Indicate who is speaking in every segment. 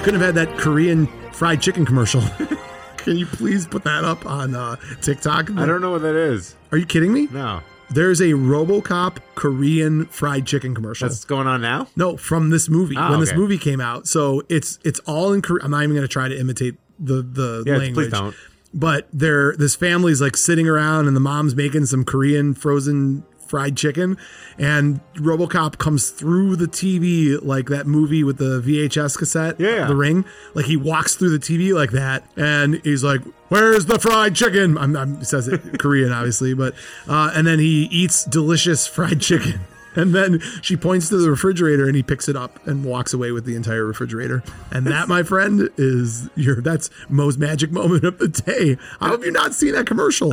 Speaker 1: couldn't have had that Korean fried chicken commercial. Can you please put that up on uh, TikTok?
Speaker 2: I don't know what that is.
Speaker 1: Are you kidding me?
Speaker 2: No.
Speaker 1: There's a RoboCop Korean fried chicken commercial.
Speaker 2: That's going on now?
Speaker 1: No, from this movie
Speaker 2: Oh,
Speaker 1: when this
Speaker 2: okay.
Speaker 1: movie came out. So it's it's all in Korean. I'm not even going to try to imitate the the
Speaker 2: Yeah,
Speaker 1: language.
Speaker 2: please don't.
Speaker 1: But they're this family's like sitting around, and the mom's making some Korean frozen fried chicken, and RoboCop comes through the TV like that movie with the VHS cassette,
Speaker 2: Yeah.
Speaker 1: The Ring. Like he walks through the TV like that, and he's like. Where's the fried chicken? I'm, I'm he says it Korean, obviously, but uh, and then he eats delicious fried chicken, and then she points to the refrigerator, and he picks it up and walks away with the entire refrigerator. And that, my friend, is your that's Mo's magic moment of the day. How have you not seen that commercial?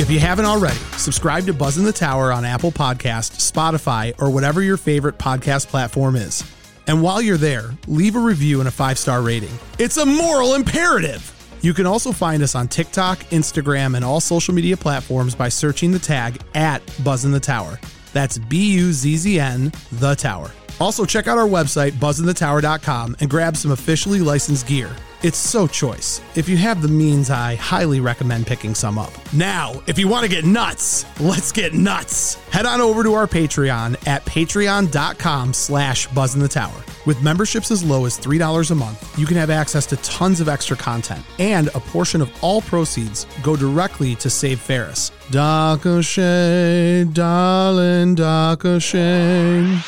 Speaker 1: If you haven't already, subscribe to Buzz in the Tower on Apple Podcast, Spotify, or whatever your favorite podcast platform is. And while you're there, leave a review and a five-star rating. It's a moral imperative. You can also find us on TikTok, Instagram, and all social media platforms by searching the tag at Buzz in the Tower. That's B-U-Z-Z-N, The Tower. Also, check out our website, buzzinthetower.com, and grab some officially licensed gear. It's so choice. If you have the means, I highly recommend picking some up. Now, if you want to get nuts, let's get nuts. Head on over to our Patreon at patreon.com slash buzzinthetower. With memberships as low as $3 a month, you can have access to tons of extra content, and a portion of all proceeds go directly to Save Ferris. Doc O'Shea, darling Doc O'Shea.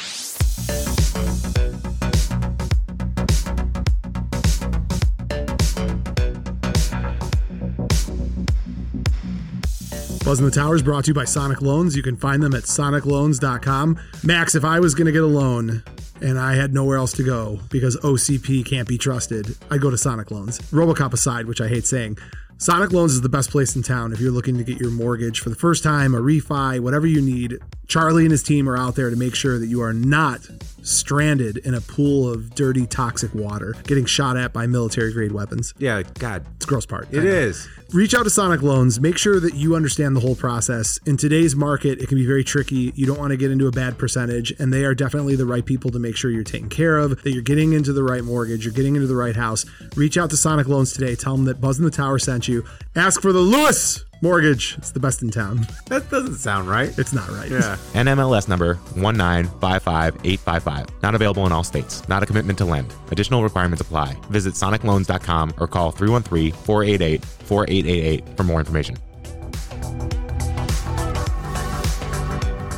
Speaker 1: Buzz in the Tower is brought to you by Sonic Loans. You can find them at sonicloans.com. Max, if I was going to get a loan and I had nowhere else to go because OCP can't be trusted, I'd go to Sonic Loans. Robocop aside, which I hate saying, Sonic Loans is the best place in town if you're looking to get your mortgage for the first time, a refi, whatever you need. Charlie and his team are out there to make sure that you are not stranded in a pool of dirty, toxic water, getting shot at by military grade weapons.
Speaker 2: Yeah, God.
Speaker 1: It's the gross part.
Speaker 2: It is.
Speaker 1: Reach out to Sonic Loans. Make sure that you understand the whole process. In today's market, it can be very tricky. You don't want to get into a bad percentage, and they are definitely the right people to make sure you're taken care of, that you're getting into the right mortgage, you're getting into the right house. Reach out to Sonic Loans today. Tell them that Buzz in the Tower sent you. Ask for the Lewis mortgage. It's the best in town.
Speaker 2: That doesn't sound right.
Speaker 1: It's not right.
Speaker 2: Yeah.
Speaker 3: NMLS number 1955855. Not available in all states. Not a commitment to lend. Additional requirements apply. Visit sonicloans.com or call 313-488-4888 for more information.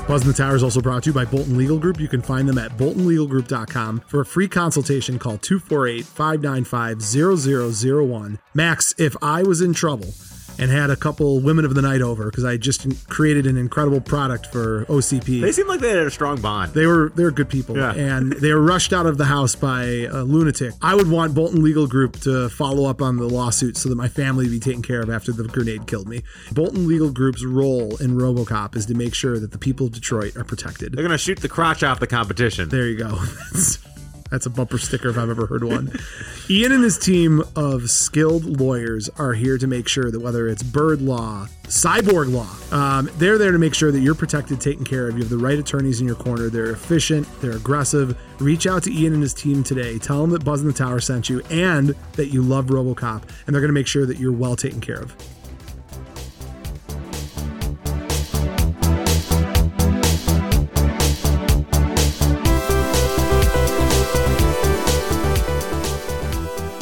Speaker 1: Buzz in the Tower is also brought to you by Bolton Legal Group. You can find them at boltonlegalgroup.com. For a free consultation, call 248 595 0001. Max, if I was in trouble and had a couple women of the night over because I just created an incredible product for OCP.
Speaker 2: They seem like they had a strong bond.
Speaker 1: They were they were good people,
Speaker 2: Yeah.
Speaker 1: and they were rushed out of the house by a lunatic. I would want Bolton Legal Group to follow up on the lawsuit so that my family would be taken care of after the grenade killed me. Bolton Legal Group's role in RoboCop is to make sure that the people of Detroit are protected.
Speaker 2: They're going to shoot the crotch off the competition.
Speaker 1: There you go. That's, that's a bumper sticker if I've ever heard one. Ian and his team of skilled lawyers are here to make sure that whether it's bird law, cyborg law, um, they're there to make sure that you're protected, taken care of. You have the right attorneys in your corner. They're efficient, they're aggressive. Reach out to Ian and his team today. Tell them that Buzz in the Tower sent you and that you love Robocop, and they're going to make sure that you're well taken care of.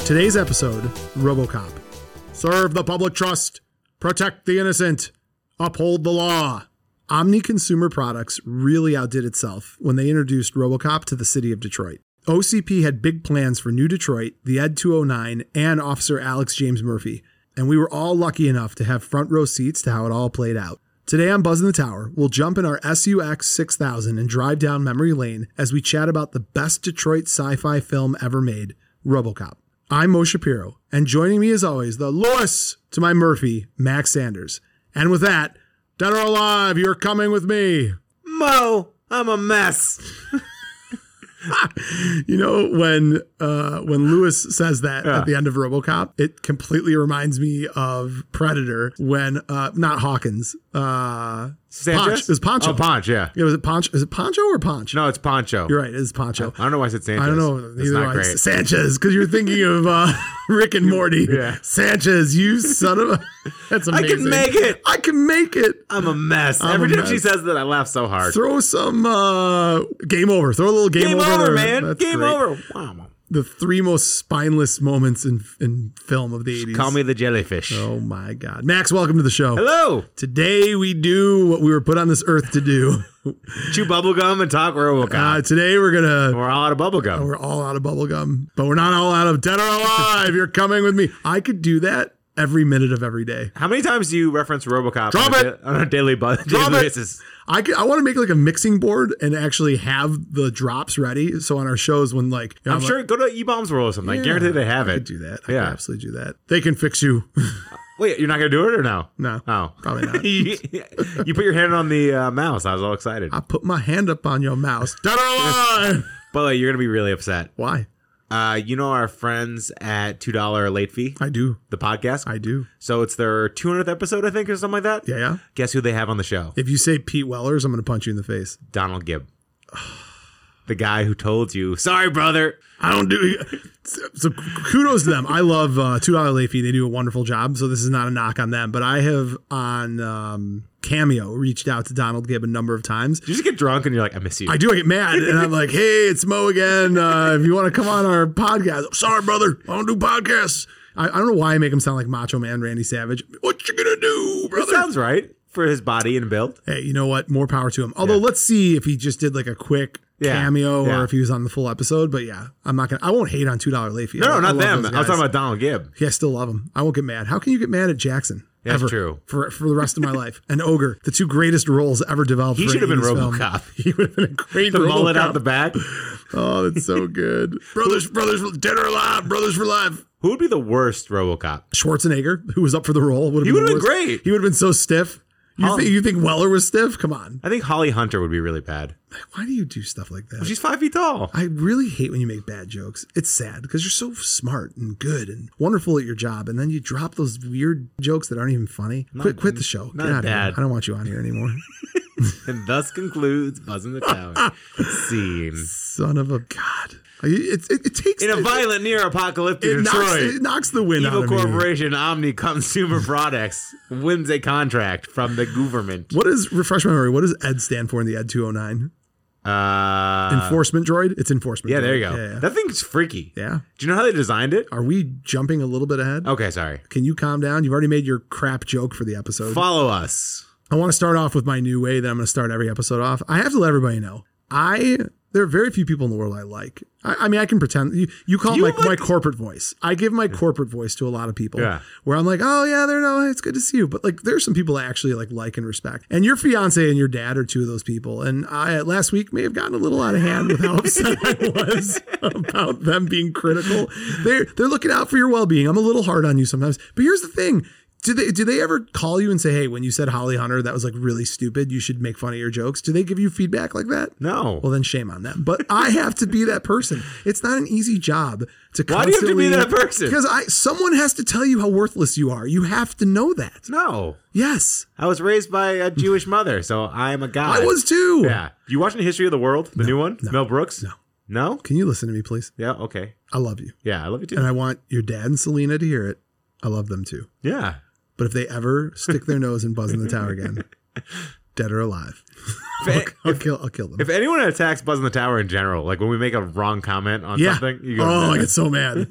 Speaker 1: Today's episode Robocop. Serve the public trust. Protect the innocent. Uphold the law. Omni Consumer Products really outdid itself when they introduced Robocop to the city of Detroit. OCP had big plans for New Detroit, the Ed 209, and Officer Alex James Murphy, and we were all lucky enough to have front row seats to how it all played out. Today on Buzz in the Tower, we'll jump in our SUX 6000 and drive down memory lane as we chat about the best Detroit sci fi film ever made, Robocop. I'm Mo Shapiro, and joining me as always, the Lois to my Murphy, Max Sanders. And with that, dead or alive, you're coming with me.
Speaker 4: Mo, I'm a mess.
Speaker 1: You know when uh, when Lewis says that at the end of RoboCop, it completely reminds me of Predator when uh, not Hawkins, uh, Ponch,
Speaker 3: Sanchez?
Speaker 1: it was Poncho.
Speaker 3: Oh, Ponch, yeah.
Speaker 1: Yeah, was it Poncho? Is it Poncho or Ponch?
Speaker 3: No, it's Poncho.
Speaker 1: you're right. It is Poncho.
Speaker 3: I don't know why I said Sanchez.
Speaker 1: I don't know.
Speaker 3: It's
Speaker 1: Neither do
Speaker 3: not
Speaker 1: I.
Speaker 3: great.
Speaker 1: Sanchez, because you're thinking of uh, Rick and Morty.
Speaker 3: Yeah.
Speaker 1: Sanchez, you son of a. That's
Speaker 4: I
Speaker 1: amazing.
Speaker 4: can make it.
Speaker 1: I can make it.
Speaker 4: I'm a mess.
Speaker 1: I'm
Speaker 4: Every
Speaker 1: a
Speaker 4: time
Speaker 1: mess.
Speaker 4: she
Speaker 3: She
Speaker 4: says
Speaker 3: says that I laugh so hard.
Speaker 1: Throw some uh, game over. Throw a little game,
Speaker 4: game
Speaker 1: over,
Speaker 4: over,
Speaker 1: there.
Speaker 4: man,
Speaker 1: That's
Speaker 4: game
Speaker 1: great.
Speaker 4: over. Wow.
Speaker 1: The three most spineless moments in in film of the 80s.
Speaker 3: Call me the jellyfish.
Speaker 1: Oh my God, Max, welcome to the show.
Speaker 3: Hello.
Speaker 1: Today we do what we were put on this earth to do.
Speaker 3: Chew bubblegum and talk Robocop.
Speaker 1: Uh, today we're gonna
Speaker 3: We're all out of bubblegum.
Speaker 1: We're all out of bubble gum, but we're not all out of dead or alive. You're coming with me. I could do that every minute of every day.
Speaker 3: How many times do you reference Robocop
Speaker 1: Drop
Speaker 3: on, a,
Speaker 1: it!
Speaker 3: da- on a daily, bu- daily
Speaker 1: it!
Speaker 3: basis?
Speaker 1: I could, I want to make like a mixing board and actually have the drops ready. So on our shows, when like you know,
Speaker 3: I'm
Speaker 1: like,
Speaker 3: sure go to E Bombs World or something.
Speaker 1: Yeah,
Speaker 3: I guarantee they have
Speaker 1: I
Speaker 3: it.
Speaker 1: could do that. I
Speaker 3: Yeah.
Speaker 1: could absolutely do that. They can fix you.
Speaker 3: Wait, you're not gonna do it or no?
Speaker 1: No,
Speaker 3: Oh,
Speaker 1: probably not.
Speaker 3: you, you put your hand on the uh, mouse. I was all excited.
Speaker 1: I put my hand up on your mouse. Dead or alive?
Speaker 3: By the way, you're gonna be really upset.
Speaker 1: Why?
Speaker 3: Uh, you know our friends at two dollar late fee,
Speaker 1: I do.
Speaker 3: the podcast.
Speaker 1: I do.
Speaker 3: so it's their 200th episode, I think, or something like that.
Speaker 1: Yeah, yeah.
Speaker 3: Guess who they have on the show?
Speaker 1: If you say Pete Wellers, I'm going to punch you in the face.
Speaker 3: Donald Gibb, the guy who told you, "Sorry, brother."
Speaker 1: I don't do. So, so kudos to them. I love uh, two dollar late fee. They do a wonderful job. So this is not a knock on them, but I have on um, Cameo reached out to Donald Gibb a number of times.
Speaker 3: You just get drunk and you're like, "I miss you."
Speaker 1: I do. I get mad, and I'm like, "Hey, it's Mo again. Uh, if you want to come on our podcast, I'm sorry, brother. I don't do podcasts. I, I don't know why I make him sound like Macho Man Randy Savage. What you gonna do, brother?
Speaker 3: Sounds right for his body and build.
Speaker 1: hey, you know what? More power to him. Although, let's see if he just did like a quick
Speaker 3: Yeah.
Speaker 1: cameo or
Speaker 3: Yeah.
Speaker 1: if he was on the full episode. But yeah, I'm not gonna. I won't hate on two dollar late fee. I-
Speaker 3: No,
Speaker 1: I
Speaker 3: no, not
Speaker 1: love
Speaker 3: them. I
Speaker 1: those
Speaker 3: was
Speaker 1: guys.
Speaker 3: talking about Donald Gibb.
Speaker 1: Yeah, I still love him. I won't get mad. How can you get mad at Jackson?
Speaker 3: That's
Speaker 1: ever,
Speaker 3: true.
Speaker 1: For for the rest of my life, and Ogre, the two greatest roles ever developed.
Speaker 3: He
Speaker 1: for
Speaker 3: should have
Speaker 1: an
Speaker 3: been
Speaker 1: 80s film.
Speaker 3: RoboCop.
Speaker 1: He would have been a great
Speaker 3: The mullet out the
Speaker 1: um,
Speaker 3: back.
Speaker 1: RoboCop. Oh, that's so good. brothers, brothers, for- dead or alive, brothers for life.
Speaker 3: Who would be the worst RoboCop?
Speaker 1: Schwarzenegger, who was up for the role, would have
Speaker 3: He
Speaker 1: been, the
Speaker 3: would've been
Speaker 1: worst.
Speaker 3: great.
Speaker 1: He would have been so stiff. You
Speaker 3: Huh.
Speaker 1: think you think Weller was stiff? Come on,
Speaker 3: I think Holly Hunter would be really bad.
Speaker 1: why do you do stuff like that?
Speaker 3: She's five feet tall.
Speaker 1: I really hate when you make bad jokes. It's sad because you're so smart and good and wonderful at your job, and then you drop those weird jokes that aren't even funny. quit, quit the show.
Speaker 3: not
Speaker 1: Get out of here.
Speaker 3: bad.
Speaker 1: I don't want you on here anymore.
Speaker 3: And thus concludes Buzzing the Tower scene.
Speaker 1: Son of a god. It, it, it takes
Speaker 3: In a
Speaker 1: it-
Speaker 3: violent near apocalyptic
Speaker 1: It knocks,
Speaker 3: Detroit,
Speaker 1: it knocks the wind out
Speaker 3: evil
Speaker 1: of me.
Speaker 3: corporation Omni Consumer Products wins a contract from the government.
Speaker 1: What is refresh my memory? What does ED stand for in the ED 209?
Speaker 3: Uh,
Speaker 1: Enforcement droid. It's enforcement.
Speaker 3: yeah,
Speaker 1: droid.
Speaker 3: there you go.
Speaker 1: Yeah, yeah.
Speaker 3: That thing's freaky.
Speaker 1: Yeah.
Speaker 3: Do you know how they designed it?
Speaker 1: Are we jumping a little bit ahead?
Speaker 3: Okay, sorry.
Speaker 1: Can you calm down? You've already made your crap joke for the episode.
Speaker 3: Follow us.
Speaker 1: I want to start off with my new way that I'm going to start every episode off. I have to let everybody know I there are very few people in the world I like. I, I mean, I can pretend you, you call
Speaker 3: You
Speaker 1: it my,
Speaker 3: like-
Speaker 1: my corporate voice. I give my corporate voice to a lot of people.
Speaker 3: Yeah.
Speaker 1: Where I'm like, oh yeah, they're no, it's good to see you. But like, there's some people I actually like, like and respect. And your fiance and your dad are two of those people. And I last week may have gotten a little out of hand with how upset I was about them being critical. They're they're looking out for your well being. I'm a little hard on you sometimes. But here's the thing. Do they do they ever call you and say, hey, when you said Holly Hunter, that was like really stupid. You should make fun of your jokes. Do they give you feedback like that?
Speaker 3: No.
Speaker 1: Well, then shame on them. But I have to be that person. It's not an easy job to.
Speaker 3: Why do you have to be
Speaker 1: constantly-
Speaker 3: that person?
Speaker 1: Because I someone has to tell you how worthless you are. You have to know that.
Speaker 3: no.
Speaker 1: Yes,
Speaker 3: I was raised by a Jewish mother, so I'm a god.
Speaker 1: I was too.
Speaker 3: Yeah. You watching History of the World, the new one? Mel Brooks? No. No?
Speaker 1: Can you listen to me, please?
Speaker 3: Yeah, okay.
Speaker 1: I love you,
Speaker 3: Yeah, I love you too.
Speaker 1: and I want your dad and Selena to hear it. I love them too.
Speaker 3: yeah.
Speaker 1: But if they ever stick their nose and buzz in the tower again, dead or alive,
Speaker 3: If,
Speaker 1: I'll kill. I'll kill them.
Speaker 3: if anyone attacks Buzz in the Tower in general, like when we make a wrong comment on
Speaker 1: yeah.
Speaker 3: something, you go,
Speaker 1: Oh, I get so mad.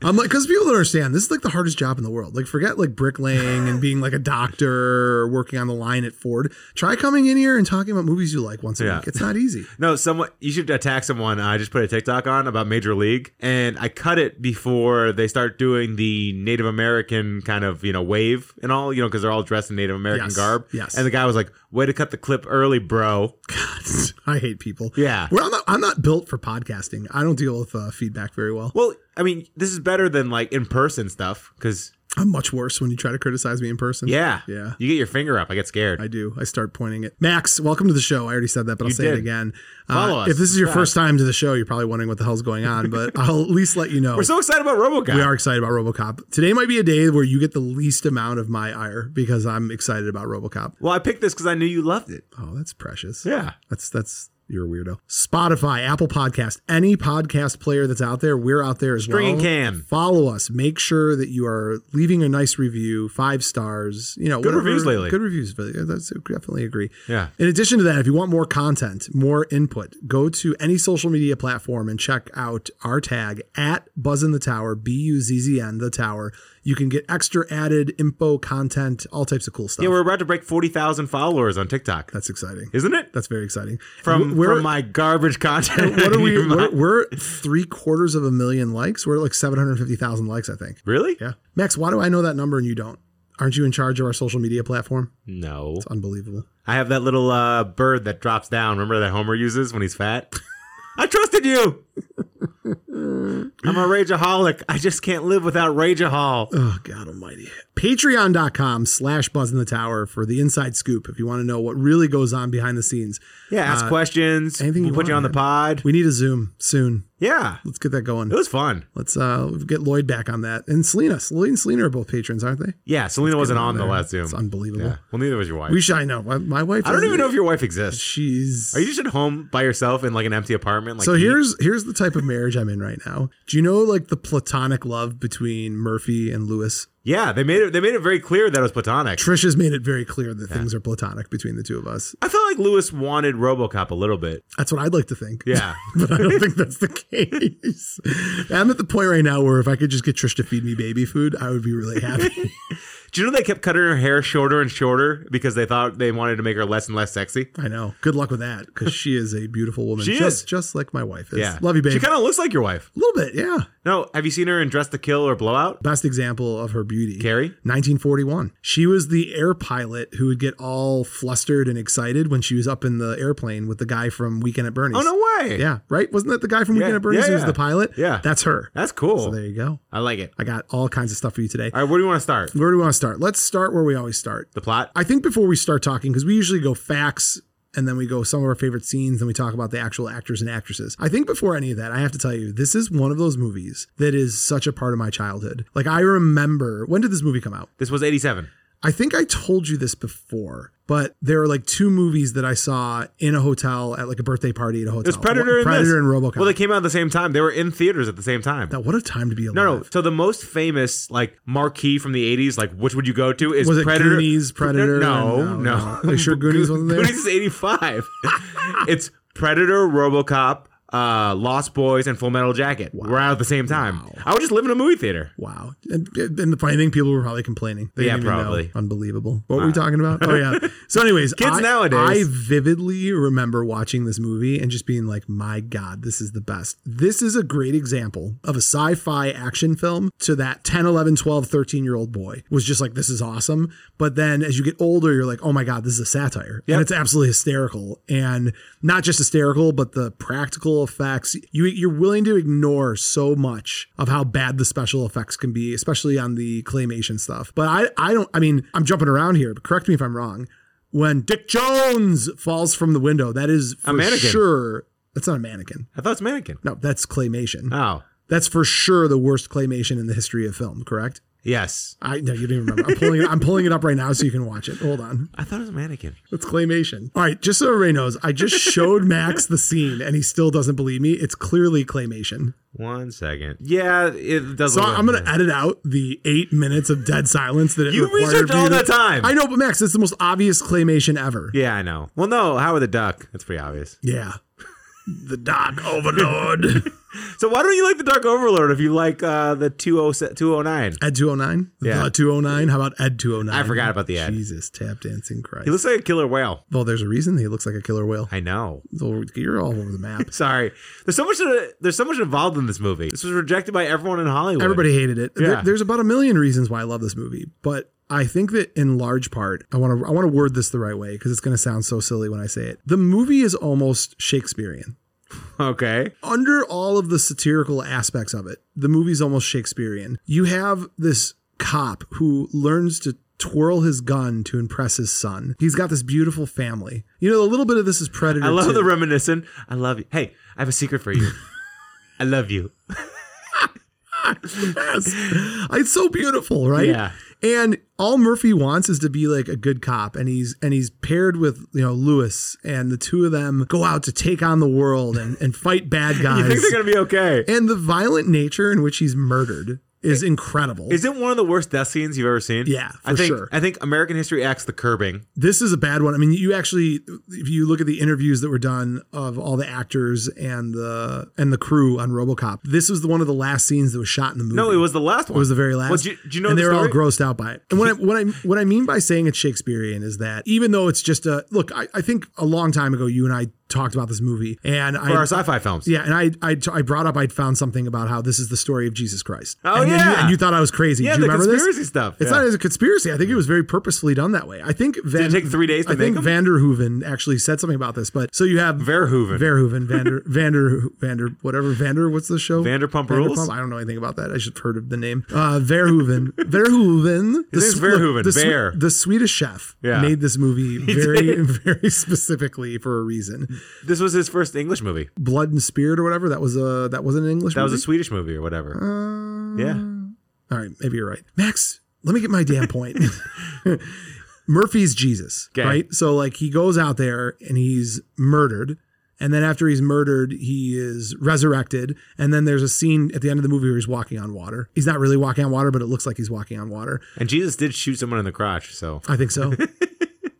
Speaker 1: I'm like, because people don't understand, this is like the hardest job in the world. Like, forget like bricklaying and being like a doctor or working on the line at Ford. Try coming in here and talking about movies you like once a
Speaker 3: Yeah.
Speaker 1: week. It's not easy.
Speaker 3: No, someone you should attack someone. uh, I just put a TikTok on about Major League, and I cut it before they start doing the Native American kind of you know wave and all you know because they're all dressed in Native American
Speaker 1: Yes,
Speaker 3: garb.
Speaker 1: yes.
Speaker 3: And the guy was like, "Way to cut the clip early, bro."
Speaker 1: I hate people.
Speaker 3: Yeah.
Speaker 1: Well, I'm not, I'm not built for podcasting. I don't deal with uh, feedback very well.
Speaker 3: Well, I mean, this is better than like in person stuff because
Speaker 1: I'm much worse when you try to criticize me in person.
Speaker 3: yeah,
Speaker 1: Yeah.
Speaker 3: you get your finger up. I get scared.
Speaker 1: I do. I start pointing it. Max, welcome to the show. I already said that, but I'll say it
Speaker 3: did.
Speaker 1: again. Uh,
Speaker 3: Follow us.
Speaker 1: If this is your
Speaker 3: Yeah.
Speaker 1: first time to the show, you're probably wondering what the hell's going on, but I'll at least let you know.
Speaker 3: We're so excited about RoboCop.
Speaker 1: We are excited about RoboCop. Today might be a day where you get the least amount of my ire because I'm excited about RoboCop.
Speaker 3: Well, I picked this because I knew you loved it.
Speaker 1: Oh, that's precious.
Speaker 3: Yeah.
Speaker 1: That's that's you're a weirdo. Spotify, Apple Podcast, any podcast player that's out there, we're out there as
Speaker 3: String
Speaker 1: well.
Speaker 3: and can.
Speaker 1: Follow us. Make sure that you are leaving a nice review, five stars. You know,
Speaker 3: Good reviews lately.
Speaker 1: Good reviews, but yeah, that's I definitely agree.
Speaker 3: Yeah.
Speaker 1: In addition to that, if you want more content, more input, go to any social media platform and check out our tag at Buzz in the Tower, B U Z Z N the Tower. You can get extra added info, content, all types of cool stuff.
Speaker 3: Yeah, we're about to break forty thousand followers on TikTok,
Speaker 1: that's exciting.
Speaker 3: isn't it?
Speaker 1: That's very exciting.
Speaker 3: From
Speaker 1: We're-
Speaker 3: from my garbage content.
Speaker 1: what are we?
Speaker 3: Your
Speaker 1: We're,
Speaker 3: mind-
Speaker 1: we're three quarters of a million likes. We're at like seven hundred fifty thousand likes, I think.
Speaker 3: Really?
Speaker 1: Yeah, Max, why do I know that number and you don't? Aren't you in charge of our social media platform?
Speaker 3: No.
Speaker 1: Unbelievable.
Speaker 3: I have that little uh, bird that drops down. Remember that Homer uses when he's fat? I trusted you. I'm a rageaholic. I just can't live without rageahol.
Speaker 1: Oh God Almighty! Patreon.com/slash Buzz in the Tower for the inside scoop. If you want to know what really goes on behind the scenes,
Speaker 3: Yeah, ask questions.
Speaker 1: Uh, anything
Speaker 3: we'll
Speaker 1: you
Speaker 3: put you
Speaker 1: want,
Speaker 3: on the
Speaker 1: man.
Speaker 3: pod.
Speaker 1: we need a Zoom soon.
Speaker 3: Yeah,
Speaker 1: Let's get that going.
Speaker 3: it was fun.
Speaker 1: Let's uh, get Lloyd back on that and Selena. Lloyd and Selena are both patrons, aren't they?
Speaker 3: Yeah, Selena wasn't on the
Speaker 1: there.
Speaker 3: last Zoom.
Speaker 1: It's unbelievable.
Speaker 3: Yeah. Well, neither was your wife.
Speaker 1: We should. I know. My- My wife.
Speaker 3: I don't even know if your wife exists.
Speaker 1: she's.
Speaker 3: Are you just at home by yourself in like an empty apartment? Like
Speaker 1: So
Speaker 3: eat?
Speaker 1: here's here's the type of marriage I'm in right now. Do you know like the platonic love between Murphy and Lewis?
Speaker 3: yeah, they made it. They made it very clear that it was platonic.
Speaker 1: Trish has made it very clear that things are platonic between the two of us.
Speaker 3: I felt like Lewis wanted RoboCop a little bit.
Speaker 1: That's what I'd like to think.
Speaker 3: Yeah.
Speaker 1: but I don't think that's the case. I'm at the point right now where if I could just get Trish to feed me baby food, I would be really happy.
Speaker 3: Do you know they kept cutting her hair shorter and shorter because they thought they wanted to make her less and less sexy?
Speaker 1: I know. Good luck with that because she is a beautiful woman.
Speaker 3: She
Speaker 1: just
Speaker 3: is.
Speaker 1: just like my wife is.
Speaker 3: Yeah.
Speaker 1: Love you, baby.
Speaker 3: She kind of looks like your wife.
Speaker 1: a little bit, yeah.
Speaker 3: No, have you seen her in Dress to Kill or Blowout?
Speaker 1: Best example of her beauty.
Speaker 3: Carrie?
Speaker 1: 1941. She was the air pilot who would get all flustered and excited when she was up in the airplane with the guy from Weekend at Bernie's.
Speaker 3: Oh, no way.
Speaker 1: Yeah, right? Wasn't that the guy from Weekend at Bernie's
Speaker 3: yeah,
Speaker 1: who was
Speaker 3: yeah.
Speaker 1: the pilot?
Speaker 3: Yeah.
Speaker 1: That's her.
Speaker 3: That's cool.
Speaker 1: So there you go.
Speaker 3: I like it.
Speaker 1: I got all kinds of stuff for you today.
Speaker 3: All right, where do you want to start?
Speaker 1: Where do we want to start? Let's start where we always start.
Speaker 3: The plot?
Speaker 1: I think before we start talking, because we usually go facts and then we go some of our favorite scenes and we talk about the actual actors and actresses. I think before any of that, I have to tell you, this is one of those movies that is such a part of my childhood. Like, I remember when did this movie come out?
Speaker 3: This was 87.
Speaker 1: I think I told you this before, but there are like two movies that I saw in a hotel at like a birthday party at a hotel.
Speaker 3: It was Predator
Speaker 1: One-
Speaker 3: and
Speaker 1: Predator
Speaker 3: this.
Speaker 1: and RoboCop.
Speaker 3: Well, they came out at the same time. They were in theaters at the same time.
Speaker 1: now, what a time to be alive.
Speaker 3: No, no. So the most famous like marquee from the 80s, like which would you go to is
Speaker 1: Was it
Speaker 3: Predator.
Speaker 1: Goonies, Predator?
Speaker 3: No, no.
Speaker 1: No, no. Are you sure Goonies wasn't there?
Speaker 3: Goonies is 85. it's Predator, RoboCop, uh, Lost Boys, and Full Metal Jacket. We're out at the same time. I would just live in a movie theater.
Speaker 1: Wow. And, and the funny thing, people were probably complaining. They
Speaker 3: Yeah,
Speaker 1: didn't even know.
Speaker 3: probably.
Speaker 1: Unbelievable. What were we talking about? Oh, yeah. So, anyways,
Speaker 3: Kids
Speaker 1: I,
Speaker 3: nowadays.
Speaker 1: I vividly remember watching this movie and just being like, my God, this is the best. This is a great example of a sci fi action film to that 10, 11, 12, 13 year old boy was just like, this is awesome. But then as you get older, you're like, oh my God, this is a satire. And it's absolutely hysterical. And not just hysterical, but the practical effects. You, you're willing to ignore so much of how bad the special effects can be, especially on the claymation stuff. But I, I don't, I mean, I'm jumping around here, but correct me if I'm wrong when Dick Jones falls from the window. That is for
Speaker 3: mannequin.
Speaker 1: sure. That's not a mannequin.
Speaker 3: I thought it's mannequin.
Speaker 1: No, that's claymation.
Speaker 3: Oh,
Speaker 1: That's for sure the worst claymation in the history of film. Correct?
Speaker 3: yes.
Speaker 1: I no, you didn't remember. I'm pulling it. I'm pulling it up right now so you can watch it. Hold on.
Speaker 3: I thought it was a mannequin.
Speaker 1: It's claymation. All right. Just so everybody knows, I just showed Max the scene and he still doesn't believe me. It's clearly claymation.
Speaker 3: One second. Yeah, it does.
Speaker 1: So
Speaker 3: look like
Speaker 1: I'm gonna
Speaker 3: that.
Speaker 1: edit out the eight minutes of dead silence that it
Speaker 3: You
Speaker 1: required
Speaker 3: researched
Speaker 1: me
Speaker 3: all
Speaker 1: to-
Speaker 3: that time.
Speaker 1: I know, but Max, it's the most obvious claymation ever.
Speaker 3: Yeah, I know. Well, no, Howard the Duck. That's pretty obvious.
Speaker 1: Yeah.
Speaker 5: the Dark Overlord.
Speaker 3: So why don't you like the Dark Overlord if you like uh, the 20, 209?
Speaker 1: Ed 209?
Speaker 3: Yeah.
Speaker 1: The 209? How about Ed 209?
Speaker 3: I forgot about the Ed.
Speaker 1: Jesus, tap dancing Christ.
Speaker 3: He looks like a killer whale.
Speaker 1: well, there's a reason he looks like a killer whale.
Speaker 3: I know.
Speaker 1: So You're all over the map.
Speaker 3: Sorry. There's so much. uh, There's so much involved in this movie. This was rejected by everyone in Hollywood.
Speaker 1: Everybody hated it. There-
Speaker 3: Yeah.
Speaker 1: there's about a million reasons why I love this movie, but I think that in large part, I want to I want to word this the right way because it's going to sound so silly when I say it. The movie is almost Shakespearean.
Speaker 3: Okay.
Speaker 1: under all of the satirical aspects of it, the movie's almost Shakespearean. You have this cop who learns to twirl his gun to impress his son. He's got this beautiful family. You know, a little bit of this is Predator.
Speaker 3: I love
Speaker 1: too.
Speaker 3: the reminiscent. I love you. Hey, I have a secret for you. I love you.
Speaker 1: Yes. It's so beautiful, right?
Speaker 3: Yeah.
Speaker 1: And all Murphy wants is to be like a good cop, and he's and he's paired with you know Lewis, and the two of them go out to take on the world and and fight bad guys.
Speaker 3: You think they're gonna be okay?
Speaker 1: and the violent nature in which he's murdered is incredible.
Speaker 3: Is it one of the worst death scenes you've ever seen?
Speaker 1: Yeah,
Speaker 3: I
Speaker 1: for
Speaker 3: think
Speaker 1: sure.
Speaker 3: I think American History Acts the curbing.
Speaker 1: this is a bad one. I mean, you actually, if you look at the interviews that were done of all the actors and the and the crew on RoboCop, this was the one of the last scenes that was shot in the movie.
Speaker 3: No, it was the last one.
Speaker 1: It was the very last.
Speaker 3: Well, do, you, do you know?
Speaker 1: And
Speaker 3: the
Speaker 1: they were all
Speaker 3: story?
Speaker 1: grossed out by it. And what I, what I what I mean by saying it's Shakespearean is that even though it's just a look, I, I think a long time ago you and I talked about this movie, and I
Speaker 3: for our sci-fi films.
Speaker 1: yeah, and I, I I brought up I'd found something about how this is the story of Jesus Christ.
Speaker 3: Oh,
Speaker 1: and then you,
Speaker 3: yeah.
Speaker 1: and you thought I was crazy.
Speaker 3: Yeah,
Speaker 1: Do you
Speaker 3: the
Speaker 1: remember this?
Speaker 3: conspiracy stuff.
Speaker 1: It's
Speaker 3: Yeah.
Speaker 1: not as a conspiracy. I think it was very purposefully done that way. I think Van,
Speaker 3: take three days to
Speaker 1: I think
Speaker 3: make 'em?
Speaker 1: Vanderhoeven actually said something about this. But so you have
Speaker 3: Verhoeven.
Speaker 1: Verhoeven, Vander, Vander, Vander, whatever Vander. What's the show?
Speaker 3: Vanderpump Rules?
Speaker 1: I don't know anything about that. I should have heard of the name. Uh, Verhoeven, Verhoeven. The
Speaker 3: name's
Speaker 1: Swe-
Speaker 3: Verhoeven,
Speaker 1: The, Swe-
Speaker 3: Bear.
Speaker 1: the Swedish chef
Speaker 3: Yeah.
Speaker 1: made this movie very, very specifically for a reason.
Speaker 3: This was his first English movie.
Speaker 1: Blood and Spirit or whatever. That was a that was an English.
Speaker 3: That was
Speaker 1: movie?
Speaker 3: a Swedish movie or whatever. yeah.
Speaker 1: All right, maybe you're right. Max, let me get my damn point. Murphy's Jesus,
Speaker 3: Okay.
Speaker 1: right? So like he goes out there and he's murdered. And then after he's murdered, he is resurrected. And then there's a scene at the end of the movie where he's walking on water. He's not really walking on water, but it looks like he's walking on water.
Speaker 3: And Jesus did shoot someone in the crotch. So
Speaker 1: I think so.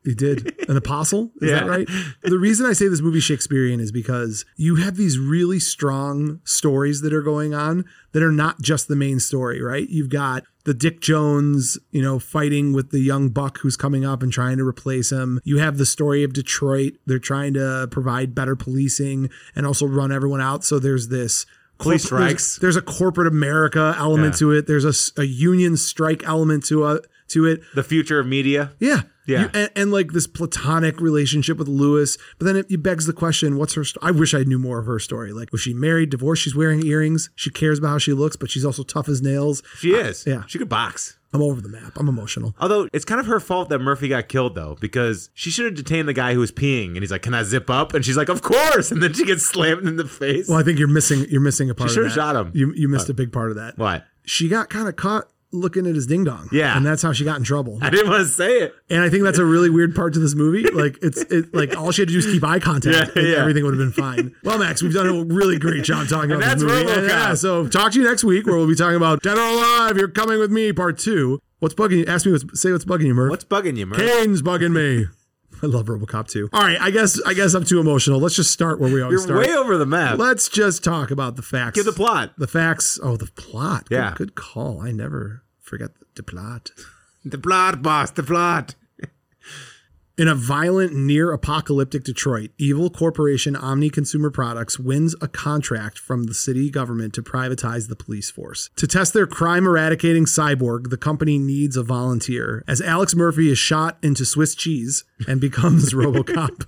Speaker 1: he did. An apostle? Is that
Speaker 3: Yeah.
Speaker 1: right? The reason I say this movie Shakespearean is because you have these really strong stories that are going on that are not just the main story, right? You've got the Dick Jones, you know, fighting with the young buck who's coming up and trying to replace him. You have the story of Detroit. They're trying to provide better policing and also run everyone out. So there's this
Speaker 3: Police
Speaker 1: corpor- there's-
Speaker 3: strikes.
Speaker 1: There's, a corporate America element
Speaker 3: Yeah.
Speaker 1: to it. There's a s- a, union strike element to uh, to it.
Speaker 3: the future of media.
Speaker 1: Yeah.
Speaker 3: Yeah.
Speaker 1: You- and, and like this platonic relationship with Lewis. But then it, it begs the question what's her sto- I wish I knew more of her story. Like, was she married, divorced? She's wearing earrings. She cares about how she looks, but she's also tough as nails.
Speaker 3: She is.
Speaker 1: yeah.
Speaker 3: She could box.
Speaker 1: I'm over the map. I'm emotional.
Speaker 3: Although it's kind of her fault that Murphy got killed though, because she should have detained the guy who was peeing, and he's like, "Can I zip up?" And she's like, "Of course!" And then she gets slammed in the face.
Speaker 1: Well, I think you're missing you're missing a part
Speaker 3: should've
Speaker 1: of that.
Speaker 3: shot him.
Speaker 1: You, you
Speaker 3: Uh,
Speaker 1: missed a big part of that.
Speaker 3: What?
Speaker 1: She got kind of caught looking at his ding dong.
Speaker 3: Yeah.
Speaker 1: And that's how she got in trouble.
Speaker 3: I didn't want to say it.
Speaker 1: And I think that's a really weird part to this movie. Like it's it like all she had to do is keep eye contact.
Speaker 3: Yeah,
Speaker 1: and
Speaker 3: yeah.
Speaker 1: Everything would have been fine. Well, Max, we've done a really great job talking about
Speaker 3: that's
Speaker 1: this movie.
Speaker 3: RoboCop.
Speaker 1: yeah, so talk to you next week where we'll be talking about Dead or Alive. You're coming with me, part two. What's bugging you? Ask me what's say what's bugging you, Murph.
Speaker 3: What's bugging you, Murphy?
Speaker 1: Kane's bugging me. I love RoboCop too. All right, I guess I guess I'm too emotional. Let's just start where we always
Speaker 3: You're
Speaker 1: start.
Speaker 3: way over the map.
Speaker 1: Let's just talk about the facts.
Speaker 3: Give the plot.
Speaker 1: The facts. Oh, the plot. Good-
Speaker 3: Yeah.
Speaker 1: Good, call. I never forget the, the plot.
Speaker 3: The plot, boss. The plot.
Speaker 1: In a violent, near apocalyptic Detroit, evil corporation Omni Consumer Products wins a contract from the city government to privatize the police force. To test their crime eradicating cyborg, the company needs a volunteer, as Alex Murphy is shot into Swiss cheese and becomes Robocop.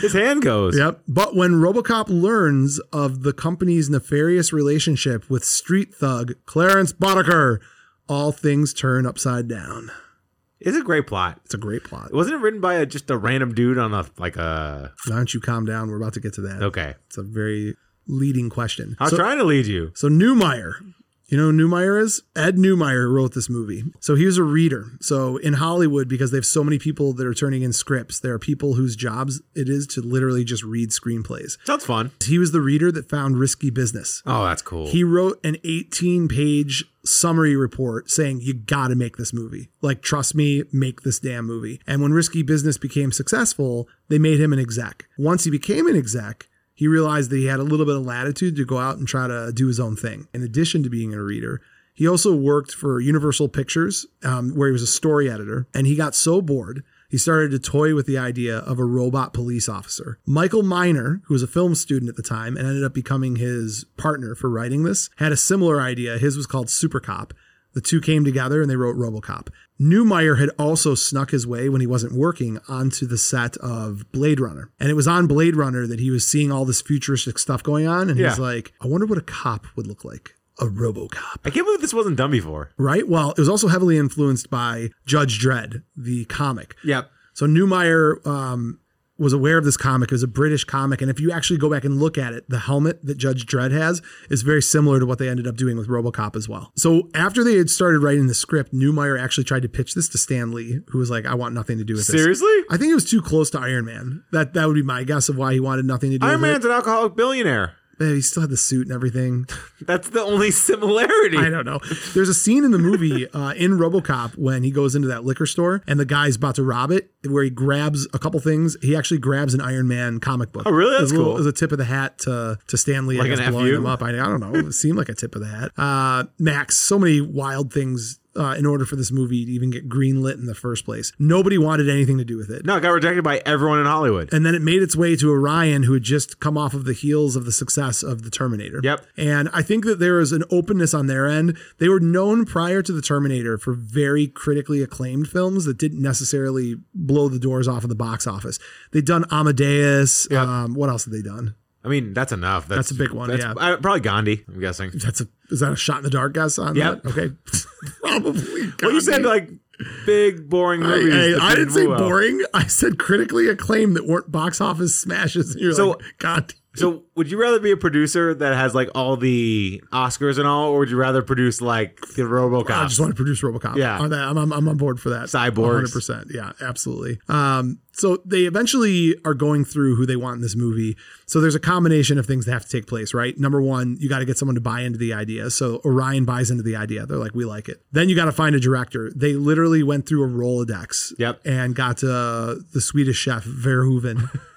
Speaker 3: His hand goes.
Speaker 1: Yep. But when Robocop learns of the company's nefarious relationship with street thug Clarence Boddicker, all things turn upside down.
Speaker 3: It's a great plot.
Speaker 1: It's a great plot.
Speaker 3: Wasn't it written by a, just a random dude on a like a?
Speaker 1: Why don't you calm down? We're about to get to that.
Speaker 3: Okay,
Speaker 1: It's a very leading question.
Speaker 3: I was
Speaker 1: so,
Speaker 3: trying to lead you.
Speaker 1: so Newmeyer. You know who Newmeyer is? Ed Newmeyer wrote this movie. So he was a reader. So in Hollywood, because they have so many people that are turning in scripts, there are people whose jobs it is to literally just read screenplays.
Speaker 3: Sounds fun.
Speaker 1: He was the reader that found risky business.
Speaker 3: Oh, that's cool.
Speaker 1: He wrote an 18 page summary report saying, You got to make this movie. Like, trust me, make this damn movie. And when Risky Business became successful, they made him an exec. Once he became an exec, he realized that he had a little bit of latitude to go out and try to do his own thing. In addition to being a reader, he also worked for Universal Pictures, um, where he was a story editor, and he got so bored. He started to toy with the idea of a robot police officer. Michael Miner, who was a film student at the time and ended up becoming his partner for writing this, had a similar idea. His was called Super Cop. The two came together and they wrote Robocop. Newmeyer had also snuck his way when he wasn't working onto the set of Blade Runner. And it was on Blade Runner that he was seeing all this futuristic stuff going on. And he's
Speaker 3: Yeah.
Speaker 1: like, I wonder what a cop would look like. A Robocop.
Speaker 3: I can't believe this wasn't done before.
Speaker 1: Right? Well, it was also heavily influenced by Judge Dredd, the comic.
Speaker 3: Yep.
Speaker 1: So Newmeyer um, was aware of this comic. It was a British comic, and if you actually go back and look at it, the helmet that Judge Dredd has is very similar to what they ended up doing with RoboCop as well. So after they had started writing the script, Newmeyer actually tried to pitch this to Stan Lee, who was like, "I want nothing to do with this."
Speaker 3: Seriously?
Speaker 1: I think it was too close to Iron Man. That that would be my guess of why he wanted nothing to do
Speaker 3: Iron
Speaker 1: with
Speaker 3: Man's an alcoholic billionaire.
Speaker 1: it. But he still had the suit and everything.
Speaker 3: That's the only similarity.
Speaker 1: I don't know. There's a scene in the movie uh, in RoboCop when he goes into that liquor store and the guy's about to rob it, where he grabs a couple things. He actually grabs an Iron Man comic book.
Speaker 3: Oh, really? That's
Speaker 1: As a little-
Speaker 3: cool.
Speaker 1: As a tip of the hat to to Stanley,
Speaker 3: Like
Speaker 1: I guess,
Speaker 3: an
Speaker 1: blowing
Speaker 3: FU?
Speaker 1: him up. I, I don't know. It seemed like a tip of the hat. Uh, Max, so many wild things. Uh, in order for this movie to even get greenlit in the first place, nobody wanted anything to do with it.
Speaker 3: No, it got rejected by everyone in Hollywood.
Speaker 1: And then it made its way to Orion, who had just come off of the heels of the success of the Terminator.
Speaker 3: Yep.
Speaker 1: And I think that there is an openness on their end. They were known prior to the Terminator for very critically acclaimed films that didn't necessarily blow the doors off of the box office. They'd done Amadeus. Um, what else had they done?
Speaker 3: I mean, that's enough. That's,
Speaker 1: That's a big one, yeah.
Speaker 3: I- probably Gandhi. I'm guessing.
Speaker 1: That's a is that a shot in the dark guess on
Speaker 3: Yep.
Speaker 1: that? Okay. Probably.
Speaker 3: Well, you said like big, boring movies.
Speaker 1: Hey,
Speaker 3: that
Speaker 1: I didn't say
Speaker 3: do well.
Speaker 1: boring. I said critically acclaimed that weren't box office smashes. And you're
Speaker 3: So-
Speaker 1: like, God.
Speaker 3: So, would you rather be a producer that has like all the Oscars and all, or would you rather produce like the
Speaker 1: I
Speaker 3: RoboCop?
Speaker 1: just want to produce RoboCop.
Speaker 3: Yeah.
Speaker 1: on that, I'm, I'm, I'm on board for that.
Speaker 3: Cyborgs.
Speaker 1: 100%. Yeah, absolutely. Um, so they eventually are going through who they want in this movie. So there's a combination of things that have to take place, right? Number one, you got to get someone to buy into the idea. So Orion buys into the idea. They're like, we like it. Then you got to find a director. They literally went through a Rolodex.
Speaker 3: Yep.
Speaker 1: And got uh, the Swedish chef Verhoeven.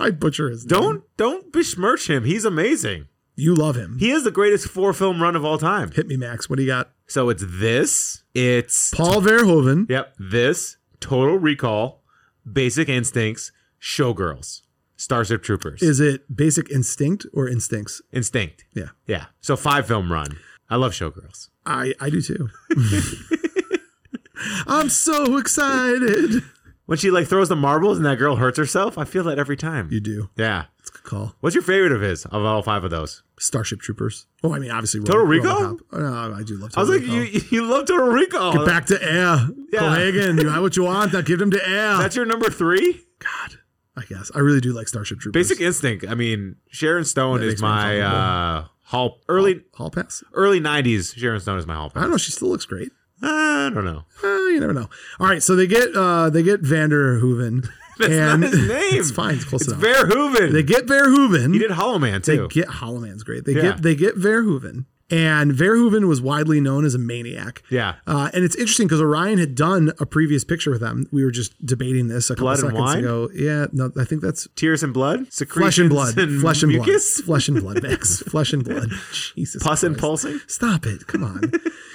Speaker 1: I butcher his. name.
Speaker 3: don't don't besmirch him. He's amazing.
Speaker 1: you love him?
Speaker 3: He is the greatest four film run of all time.
Speaker 1: Hit me, Max. What do you got?
Speaker 3: So it's this. It's
Speaker 1: Paul Verhoeven.
Speaker 3: Yep. This, Total Recall, Basic Instincts, Showgirls, Starship Troopers,
Speaker 1: Is it Basic Instinct or Instincts?
Speaker 3: Instinct.
Speaker 1: Yeah.
Speaker 3: Yeah. So five film run. I love Showgirls.
Speaker 1: I I do too. I'm so excited.
Speaker 3: When she like throws the marbles and that girl hurts herself, I feel that every time.
Speaker 1: You do.
Speaker 3: yeah.
Speaker 1: It's a good call.
Speaker 3: What's your favorite of his of all five of those?
Speaker 1: Starship Troopers. Oh, I mean, obviously
Speaker 3: Total
Speaker 1: Robo-
Speaker 3: Recall?
Speaker 1: RoboCop. Oh, no, I do love. Total
Speaker 3: I was like,
Speaker 1: Recall.
Speaker 3: you you love Total Recall.
Speaker 1: Get back to air.
Speaker 3: Yeah.
Speaker 1: Go Hagen. You have what you want. Now give them to air.
Speaker 3: That's your number three.
Speaker 1: God. I guess I really do like Starship Troopers.
Speaker 3: Basic Instinct. I mean, Sharon Stone
Speaker 1: That
Speaker 3: is
Speaker 1: makes me
Speaker 3: my uh, hall early
Speaker 1: Hall pass.
Speaker 3: early '90s. Sharon Stone is my hall.
Speaker 1: I don't know. She still looks great.
Speaker 3: I don't know.
Speaker 1: Uh, you never know. All right, so they get uh they get Vanderhooven.
Speaker 3: That's
Speaker 1: and
Speaker 3: not his name.
Speaker 1: it's fine. It's close
Speaker 3: It's
Speaker 1: enough.
Speaker 3: Verhoeven.
Speaker 1: they get Verhoeven.
Speaker 3: He did Hollow Man
Speaker 1: They
Speaker 3: too.
Speaker 1: get Holloman's great. They
Speaker 3: Yeah.
Speaker 1: get they get Verhoeven, and Verhoeven was widely known as a maniac.
Speaker 3: yeah.
Speaker 1: Uh, and it's interesting because Orion had done a previous picture with them. We were just debating this a couple
Speaker 3: Blood and
Speaker 1: seconds
Speaker 3: Wine?
Speaker 1: ago. Yeah, no, I think that's
Speaker 3: Tears and blood,
Speaker 1: flesh
Speaker 3: secretions
Speaker 1: and blood, flesh and
Speaker 3: mucus,
Speaker 1: blood, flesh and blood, Max, flesh and blood. Jesus,
Speaker 3: pus and
Speaker 1: Christ.
Speaker 3: pulsing.
Speaker 1: Stop it! Come on.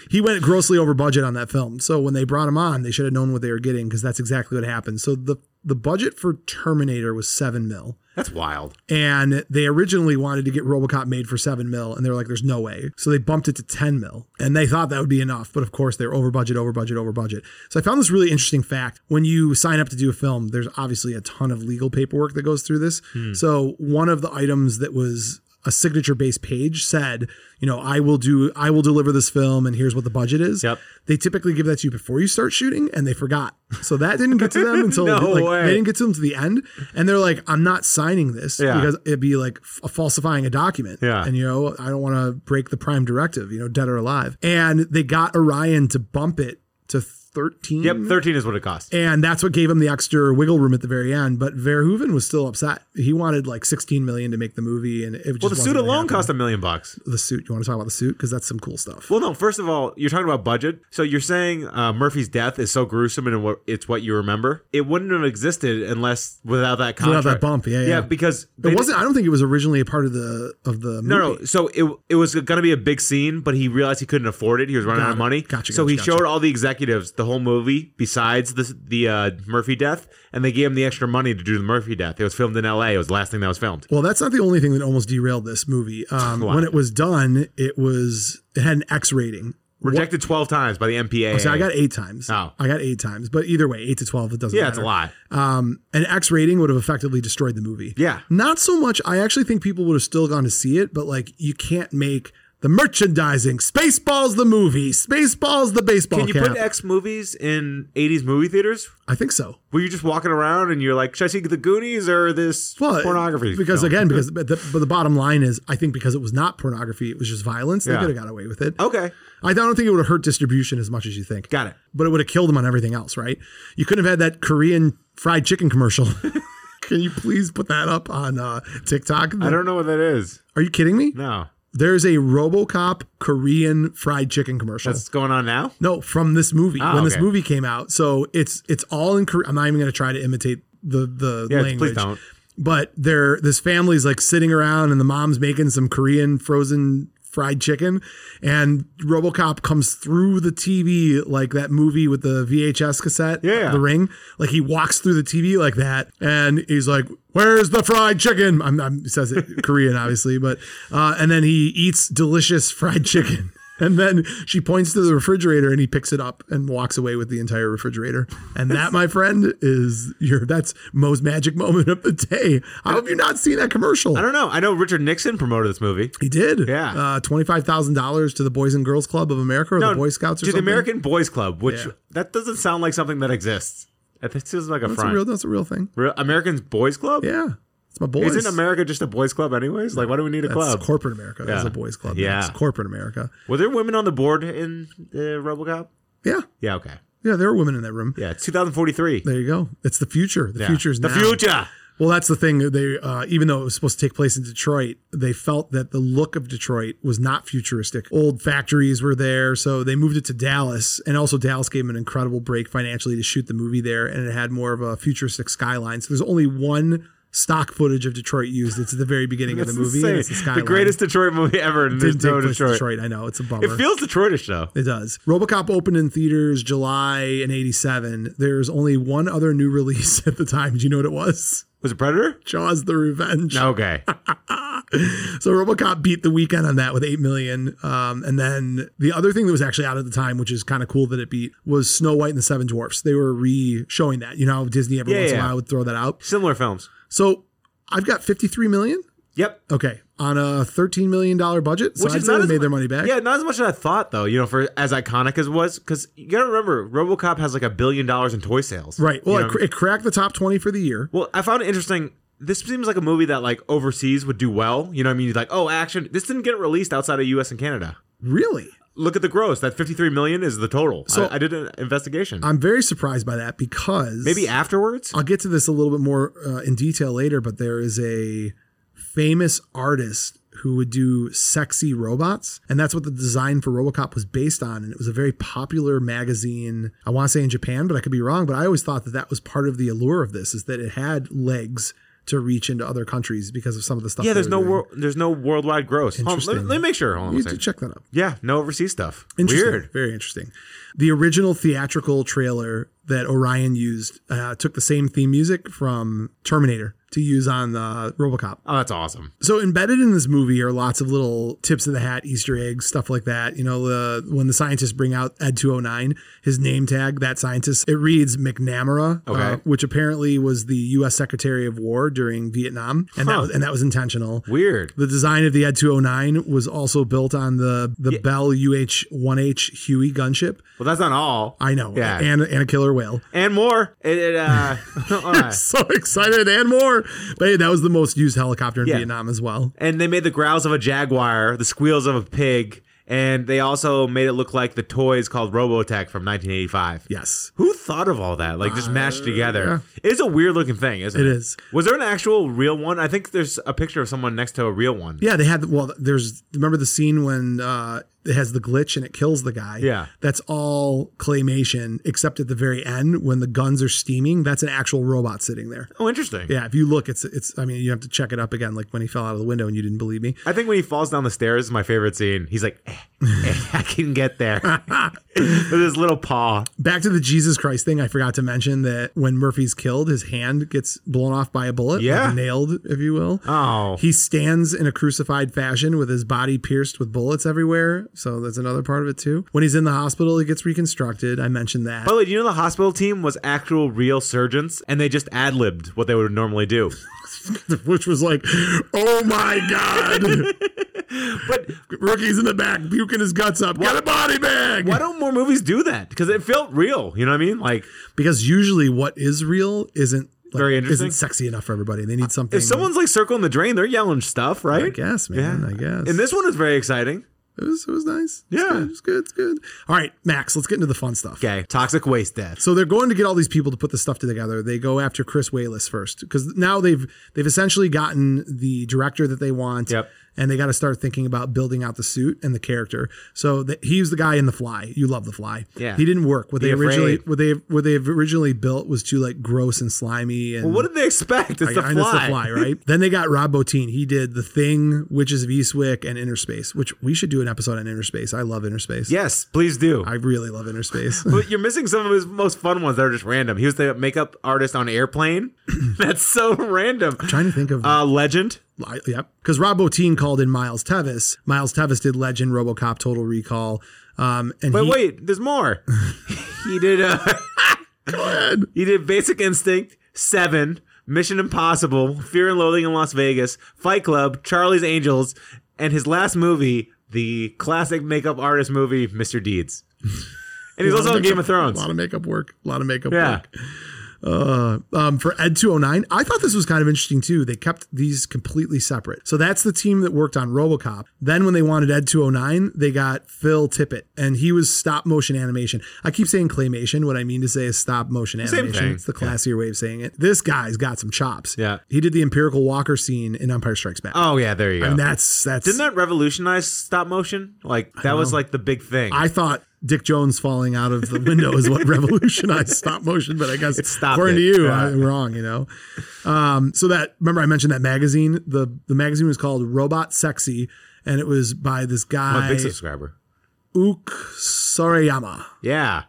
Speaker 1: he went grossly over budget on that film. So when they brought him on, they should have known what they were getting because that's exactly what happened. So the the budget for Terminator was seven mil.
Speaker 3: That's wild.
Speaker 1: and they originally wanted to get RoboCop made for seven mil, and they were like, "There's no way." So they bumped it to ten mil, and they thought that would be enough, but of course they're over budget, over budget, over budget. So I found this really interesting fact: when you sign up to do a film, there's obviously a ton of legal paperwork that goes through this. So one of the items that was a signature based page said, you know, I will do, I will deliver this film, and here's what the budget is.
Speaker 3: Yep.
Speaker 1: They typically give that to you before you start shooting, and they forgot. So that didn't get to them until
Speaker 3: No
Speaker 1: like,
Speaker 3: way.
Speaker 1: they didn't get to them to the end, and they're like, "I'm not signing this
Speaker 3: Yeah.
Speaker 1: because it'd be like f- falsifying a document."
Speaker 3: Yeah.
Speaker 1: and you know, I don't want to break the prime directive, you know, dead or alive. And they got Orion to bump it to th- 13.
Speaker 3: Yep, 13 is what it cost.
Speaker 1: And that's what gave him the extra wiggle room at the very end. But Verhoeven was still upset. He wanted like 16 million to make the movie, and it just
Speaker 3: Well, the
Speaker 1: wasn't
Speaker 3: suit
Speaker 1: gonna
Speaker 3: alone
Speaker 1: happen.
Speaker 3: cost a million bucks.
Speaker 1: the suit. You want to talk about the suit because that's some cool stuff.
Speaker 3: Well, no. First of all, you're talking about budget. So you're saying uh, Murphy's death is so gruesome and what it's what you remember. It wouldn't have existed unless without that
Speaker 1: Without
Speaker 3: contract.
Speaker 1: that bump, yeah, yeah.
Speaker 3: because
Speaker 1: it wasn't. I don't think it was originally a part of the of the movie.
Speaker 3: No, no. So it it was going to be a big scene, but he realized he couldn't afford it. He was running
Speaker 1: Got
Speaker 3: out of
Speaker 1: it.
Speaker 3: money.
Speaker 1: Gotcha,
Speaker 3: So
Speaker 1: gotcha,
Speaker 3: he
Speaker 1: gotcha.
Speaker 3: showed all the executives the whole movie besides the the uh, Murphy death, and they gave him the extra money to do the Murphy death. It was filmed in L.A. It was the last thing that was filmed.
Speaker 1: Well, that's not the only thing that almost derailed this movie. Um,
Speaker 3: Wow.
Speaker 1: When it was done, it was it had an X rating.
Speaker 3: Rejected twelve times by the MPA.
Speaker 1: So I got eight times.
Speaker 3: Oh.
Speaker 1: I got eight times. But either way, eight to twelve, it doesn't.
Speaker 3: yeah,
Speaker 1: matter.
Speaker 3: it's a lot.
Speaker 1: Um, an X rating would have effectively destroyed the movie.
Speaker 3: Yeah.
Speaker 1: Not so much. I actually think people would have still gone to see it, but like you can't make the merchandising. Spaceballs the movie. Spaceballs the baseball
Speaker 3: Can you
Speaker 1: cap.
Speaker 3: put X movies in '80s movie theaters?
Speaker 1: I think so.
Speaker 3: Were you just walking around and you're like, should I see the Goonies or this
Speaker 1: Well,
Speaker 3: pornography?
Speaker 1: Because
Speaker 3: film?
Speaker 1: again, because but the, but the bottom line is, I think because it was not pornography, it was just violence. They
Speaker 3: Yeah.
Speaker 1: could have got away with it.
Speaker 3: okay,
Speaker 1: I don't think it would have hurt distribution as much as you think.
Speaker 3: got it.
Speaker 1: but it would have killed him on everything else, right? You couldn't have had that Korean fried chicken commercial. Can you please put that up on uh, TikTok?
Speaker 3: I don't know what that is.
Speaker 1: Are you kidding me?
Speaker 3: No,
Speaker 1: There's a RoboCop Korean fried chicken commercial.
Speaker 3: that's going on now.
Speaker 1: no, from this movie
Speaker 3: Ah,
Speaker 1: when this
Speaker 3: okay.
Speaker 1: movie came out. So it's it's all in Korean. I'm not even going to try to imitate the the
Speaker 3: Yeah,
Speaker 1: language.
Speaker 3: please don't.
Speaker 1: But they're this family's like sitting around, and the mom's making some Korean frozen fried chicken, and RoboCop comes through the TV like that movie with the VHS cassette,
Speaker 3: Yeah.
Speaker 1: The Ring. Like he walks through the TV like that, and he's like, "Where's the fried chicken?" I'm, I'm he says it Korean, obviously, but uh, and then he eats delicious fried chicken. And then she points to the refrigerator, and he picks it up and walks away with the entire refrigerator. And that, my friend, is your that's Mo's magic moment of the day. I hope you're not seeing that commercial.
Speaker 3: I don't know. I know Richard Nixon promoted this movie.
Speaker 1: He did.
Speaker 3: Yeah.
Speaker 1: Uh, $25,000 to the Boys and Girls Club of America or the
Speaker 3: No,
Speaker 1: Boy Scouts or
Speaker 3: to
Speaker 1: something.
Speaker 3: the American Boys Club, which
Speaker 1: Yeah.
Speaker 3: that doesn't sound like something that exists. That seems like a
Speaker 1: that's
Speaker 3: front.
Speaker 1: a real that's a real thing.
Speaker 3: Real- American Boys Club?
Speaker 1: Yeah. It's my boys.
Speaker 3: Isn't America just a boys club anyways? Like, why do we need a
Speaker 1: That's
Speaker 3: club?
Speaker 1: corporate America. That's
Speaker 3: Yeah.
Speaker 1: a boys club.
Speaker 3: Yeah.
Speaker 1: That's corporate America.
Speaker 3: Were there women on the board in uh, RoboCop?
Speaker 1: Yeah.
Speaker 3: Yeah, okay.
Speaker 1: Yeah, there were women in that room.
Speaker 3: Yeah, it's 2043.
Speaker 1: There you go. It's the future. The
Speaker 3: Yeah.
Speaker 1: future's
Speaker 3: the
Speaker 1: now.
Speaker 3: future.
Speaker 1: Well, that's the thing. They uh, even though it was supposed to take place in Detroit, they felt that the look of Detroit was not futuristic. Old factories were there, so they moved it to Dallas, and also Dallas gave them an incredible break financially to shoot the movie there, and it had more of a futuristic skyline. So there's only one stock footage of Detroit used. It's at the very beginning of the
Speaker 3: That's
Speaker 1: movie. and
Speaker 3: insane.
Speaker 1: it's the,
Speaker 3: the
Speaker 1: skyline.
Speaker 3: greatest Detroit movie ever. And
Speaker 1: didn't
Speaker 3: there's
Speaker 1: take
Speaker 3: no
Speaker 1: place in
Speaker 3: Detroit.
Speaker 1: Detroit. I know it's a bummer.
Speaker 3: It feels Detroitish though.
Speaker 1: It does. RoboCop opened in theaters July in '87. There's only one other new release at the time. Do you know what it was?
Speaker 3: Was it Predator?
Speaker 1: Jaws: The Revenge.
Speaker 3: Okay.
Speaker 1: So RoboCop beat the weekend on that with eight million. Um, and then the other thing that was actually out at the time, which is kind of cool that it beat, was Snow White and the Seven Dwarfs. They were re-showing that. You know how Disney every
Speaker 3: Yeah,
Speaker 1: once in a
Speaker 3: yeah.
Speaker 1: while would throw that out.
Speaker 3: Similar films.
Speaker 1: So I've got fifty-three million.
Speaker 3: Yep.
Speaker 1: Okay, on a thirteen million dollar budget, so
Speaker 3: Which
Speaker 1: I'd
Speaker 3: is
Speaker 1: say
Speaker 3: not
Speaker 1: they
Speaker 3: as
Speaker 1: made their
Speaker 3: mu-
Speaker 1: money back.
Speaker 3: Yeah, not as much as I thought though. You know, for as iconic as was, because you gotta remember, RoboCop has like a billion dollars in toy sales.
Speaker 1: Right.
Speaker 3: You
Speaker 1: Well,
Speaker 3: know
Speaker 1: it,
Speaker 3: what
Speaker 1: cr- it cracked the top twenty for the year.
Speaker 3: Well, I found it interesting. This seems like a movie that like overseas would do well. You know what I mean? Like, oh, action. This didn't get released outside of US and Canada.
Speaker 1: Really?
Speaker 3: Look at the gross. That 53 million is the total.
Speaker 1: So-
Speaker 3: I, I did an investigation.
Speaker 1: I'm very surprised by that because
Speaker 3: Maybe afterwards?
Speaker 1: I'll get to this a little bit more uh, in detail later, but there is a famous artist who would do sexy robots, and that's what the design for RoboCop was based on. And it was a very popular magazine. I want to say in Japan, but I could be wrong. But I always thought that that was part of the allure of this is that it had legs to reach into other countries because of some of the stuff.
Speaker 3: yeah,
Speaker 1: they
Speaker 3: there's
Speaker 1: were
Speaker 3: no
Speaker 1: doing.
Speaker 3: wor- there's no worldwide gross. Hold on, let,
Speaker 1: Interesting.
Speaker 3: me- let me make sure. Hold on a
Speaker 1: You need to
Speaker 3: second.
Speaker 1: check that up.
Speaker 3: yeah, no overseas stuff.
Speaker 1: Interesting.
Speaker 3: Weird.
Speaker 1: Very interesting. The original theatrical trailer that Orion used uh, took the same theme music from Terminator to use on uh, RoboCop.
Speaker 3: Oh, that's awesome.
Speaker 1: So embedded in this movie are lots of little tips of the hat, Easter eggs, stuff like that. You know, the when the scientists bring out Ed 209, his name tag, that scientist, it reads McNamara, uh,
Speaker 3: Okay.
Speaker 1: which apparently was the U.S. Secretary of War during Vietnam, and that
Speaker 3: Huh.
Speaker 1: was, and that was intentional.
Speaker 3: Weird.
Speaker 1: The design of the Ed 209 was also built on the the Bell UH-1H Huey gunship.
Speaker 3: Well, that's not all.
Speaker 1: I know,
Speaker 3: Yeah.
Speaker 1: and and a killer whale.
Speaker 3: and more. It, it, uh, all right.
Speaker 1: So excited and more. But hey, that was the most used helicopter in
Speaker 3: Yeah.
Speaker 1: Vietnam as well.
Speaker 3: and they made the growls of a jaguar, the squeals of a pig, And they also made it look like the toys called Robotech from 1985.
Speaker 1: Yes.
Speaker 3: Who thought of all that? Like just mashed together. It's a weird looking thing, isn't it?
Speaker 1: Uh, It is.
Speaker 3: Was there an actual real one? I think there's a picture of someone next to a real one.
Speaker 1: Yeah, they had well. There's remember the scene when uh, it has the glitch and it kills the guy.
Speaker 3: Yeah.
Speaker 1: that's all claymation, except at the very end when the guns are steaming. That's an actual robot sitting there.
Speaker 3: Oh, interesting.
Speaker 1: Yeah, if you look, it's it's. I mean, you have to check it up again. Like when he fell out of the window and you didn't believe me.
Speaker 3: I think when he falls down the stairs, is my favorite scene. He's like, eh, eh, I can get there with his little paw.
Speaker 1: Back to the Jesus Christ thing. I forgot to mention that when Murphy's killed, his hand gets blown off by a bullet.
Speaker 3: Yeah.
Speaker 1: like nailed, if you will.
Speaker 3: Oh,
Speaker 1: He stands in a crucified fashion with his body pierced with bullets everywhere. So that's another part of it too. When he's in the hospital, he gets reconstructed. I mentioned that.
Speaker 3: By the way, do you know the hospital team was actual real surgeons and they just ad libbed what they would normally do?
Speaker 1: which was like, oh my god,
Speaker 3: But
Speaker 1: rookie's in the back puking his guts up. Get a body bag.
Speaker 3: why don't more movies do that? Because it felt real. You know what I mean? Like,
Speaker 1: Because usually, what is real isn't like,
Speaker 3: Very interesting. Uh,
Speaker 1: Isn't sexy enough for everybody. They need something.
Speaker 3: if someone's like circling the drain, they're yelling stuff, right?
Speaker 1: I guess, man. I guess.
Speaker 3: And this one is very exciting.
Speaker 1: it was it was nice.
Speaker 3: Yeah.
Speaker 1: it's good. It's good. All right, Max. Let's get into the fun stuff.
Speaker 3: Okay. Toxic waste deaths.
Speaker 1: So they're going to get all these people to put the stuff together. They go after Chris Wayless first because now they've they've essentially gotten the director that they want.
Speaker 3: Yep.
Speaker 1: And they got to start thinking about building out the suit and the character. So that he was the guy in The Fly. You love The Fly.
Speaker 3: Yeah.
Speaker 1: He didn't work. What they originally
Speaker 3: afraid.
Speaker 1: what they what they originally built was too like gross and slimy and
Speaker 3: What did they expect? It's the
Speaker 1: I- I know it's
Speaker 3: fly.
Speaker 1: right? then they got Rob Bottin. He did The Thing, Witches of Eastwick, and Interspace, which we should do an episode on Interspace. I love Interspace.
Speaker 3: Yes, please do.
Speaker 1: I really love Interspace.
Speaker 3: but you're missing some of his most fun ones that are just random. He was the makeup artist on Airplane. That's so random.
Speaker 1: trying to think of
Speaker 3: Uh, Legend.
Speaker 1: I, yep. Because Rob Bottin called in Miles Tevis. Miles Tevis did Legend, RoboCop, Total Recall. Um, and
Speaker 3: But
Speaker 1: he,
Speaker 3: wait, there's more. he did. Uh, He did Basic Instinct, Seven, Mission Impossible, Fear and Loathing in Las Vegas, Fight Club, Charlie's Angels, and his last movie, the classic makeup artist movie, Mr. Deeds. And he's
Speaker 1: a lot
Speaker 3: also on
Speaker 1: makeup-
Speaker 3: Game of Thrones.
Speaker 1: A lot of makeup work. A lot of makeup
Speaker 3: Yeah.
Speaker 1: work. Um, for Ed 209, I thought this was kind of interesting too. They kept these completely separate. So that's the team that worked on Robocop. Then when they wanted Ed 209, they got Phil Tippett, and he was stop motion animation. I keep saying claymation. What I mean to say is stop motion animation.
Speaker 3: thing.
Speaker 1: It's the classier way of saying it. This guy's got some chops.
Speaker 3: Yeah.
Speaker 1: He did the empirical walker scene in Empire Strikes Back.
Speaker 3: Oh yeah, there you go.
Speaker 1: And that's that's
Speaker 3: Didn't that revolutionize stop motion? Like that was like the big thing.
Speaker 1: I thought Dick Jones falling out of the window is what revolutionized stop motion, but I guess
Speaker 3: stopped
Speaker 1: according
Speaker 3: it.
Speaker 1: to you,
Speaker 3: Yeah.
Speaker 1: I'm wrong. You know, um, so that remember I mentioned that magazine. the The magazine was called Robot Sexy, and it was by this
Speaker 3: I'm a
Speaker 1: guy
Speaker 3: big subscriber.
Speaker 1: Uk Sorayama,
Speaker 3: Yeah,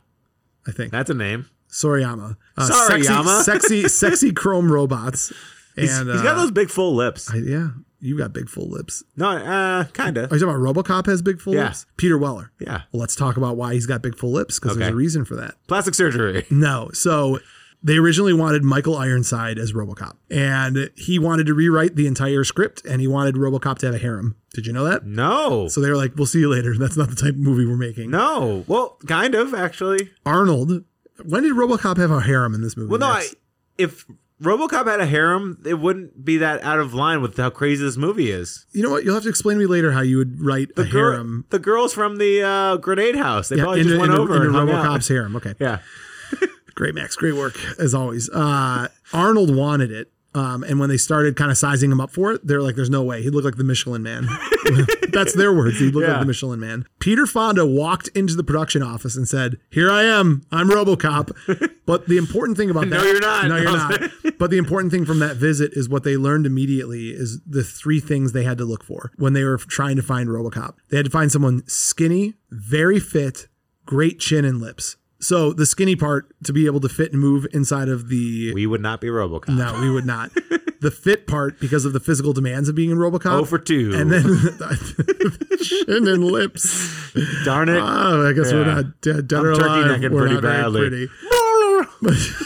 Speaker 1: I think
Speaker 3: that's a name.
Speaker 1: Sorayama. Uh,
Speaker 3: Sorayama?
Speaker 1: sexy, sexy, sexy chrome robots, and
Speaker 3: He's got
Speaker 1: uh,
Speaker 3: those big full lips.
Speaker 1: yeah, you got big full lips.
Speaker 3: no, uh, kinda.
Speaker 1: Are you talking about RoboCop has big full
Speaker 3: Yeah.
Speaker 1: lips? Peter Weller.
Speaker 3: Yeah.
Speaker 1: Well, let's talk about why he's got big full lips because there's
Speaker 3: Okay.
Speaker 1: a reason for that.
Speaker 3: Plastic surgery.
Speaker 1: No. So they originally wanted Michael Ironside as Robocop, and he wanted to rewrite the entire script, and he wanted Robocop to have a harem. Did you know that?
Speaker 3: No,
Speaker 1: So they were like, "We'll see you later." That's not the type of movie we're making.
Speaker 3: no. Well, kind of actually.
Speaker 1: Arnold. When did Robocop have a harem in this movie?
Speaker 3: Well, no. I,
Speaker 1: Max?
Speaker 3: if RoboCop had a harem, it wouldn't be that out of line with how crazy this movie is.
Speaker 1: you know what? You'll have to explain to me later how you would write a
Speaker 3: The, gir-
Speaker 1: harem.
Speaker 3: the girls from the uh, grenade house. They probably
Speaker 1: into,
Speaker 3: just went
Speaker 1: into-
Speaker 3: over
Speaker 1: into
Speaker 3: and hung out.
Speaker 1: RoboCop's harem. Okay.
Speaker 3: Yeah.
Speaker 1: Great, Max. Great work as always. Uh, Arnold wanted it. Um, and when they started kind of sizing him up for it, they're like, there's no way. He looked like the Michelin man. That's their words. He looked
Speaker 3: Yeah.
Speaker 1: like the Michelin man. Peter Fonda walked into the production office and said, Here I am. I'm Robocop. But the important thing about
Speaker 3: No,
Speaker 1: that.
Speaker 3: you're not.
Speaker 1: No, you're
Speaker 3: No.
Speaker 1: not. But the important thing from that visit is what they learned immediately is the three things they had to look for when they were trying to find Robocop. They had to find someone skinny, very fit, great chin and lips. So the skinny part to be able to fit and move inside of the
Speaker 3: We would not be RoboCop.
Speaker 1: no, we would not. the fit part because of the physical demands of being in RoboCop.
Speaker 3: Oh for two.
Speaker 1: and then chin and lips.
Speaker 3: Darn it.
Speaker 1: Oh, I guess we're
Speaker 3: Yeah.
Speaker 1: not dead, dead or
Speaker 3: I'm turkey
Speaker 1: alive.
Speaker 3: necking
Speaker 1: We're
Speaker 3: pretty
Speaker 1: not very
Speaker 3: badly.
Speaker 1: pretty.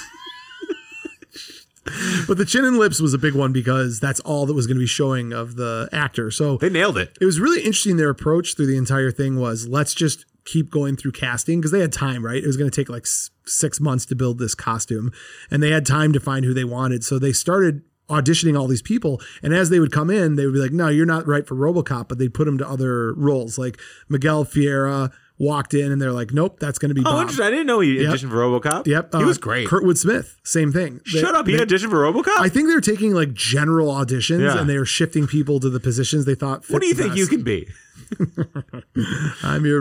Speaker 1: But the chin and lips was a big one because that's all that was going to be showing of the actor. So
Speaker 3: they nailed it.
Speaker 1: it was really interesting. Their approach through the entire thing was let's just keep going through casting because they had time, right? It was going to take like s- six months to build this costume, and they had time to find who they wanted. So they started auditioning all these people. And as they would come in, they would be like, no, you're not right for Robocop, but they'd put him to other roles. Like Miguel Fiera walked in and they're like, nope, that's going to be
Speaker 3: Oh,
Speaker 1: Bob.
Speaker 3: interesting. I didn't know he auditioned for RoboCop.
Speaker 1: Uh, Yep.
Speaker 3: he
Speaker 1: uh,
Speaker 3: was great.
Speaker 1: Kurtwood Smith, same thing. They-
Speaker 3: Shut up. He
Speaker 1: they-
Speaker 3: auditioned for RoboCop.
Speaker 1: I think they're taking like general auditions
Speaker 3: Yeah.
Speaker 1: and they are shifting people to the positions they thought. Fit
Speaker 3: what do you
Speaker 1: the
Speaker 3: think you
Speaker 1: best.
Speaker 3: can be?
Speaker 1: I'm your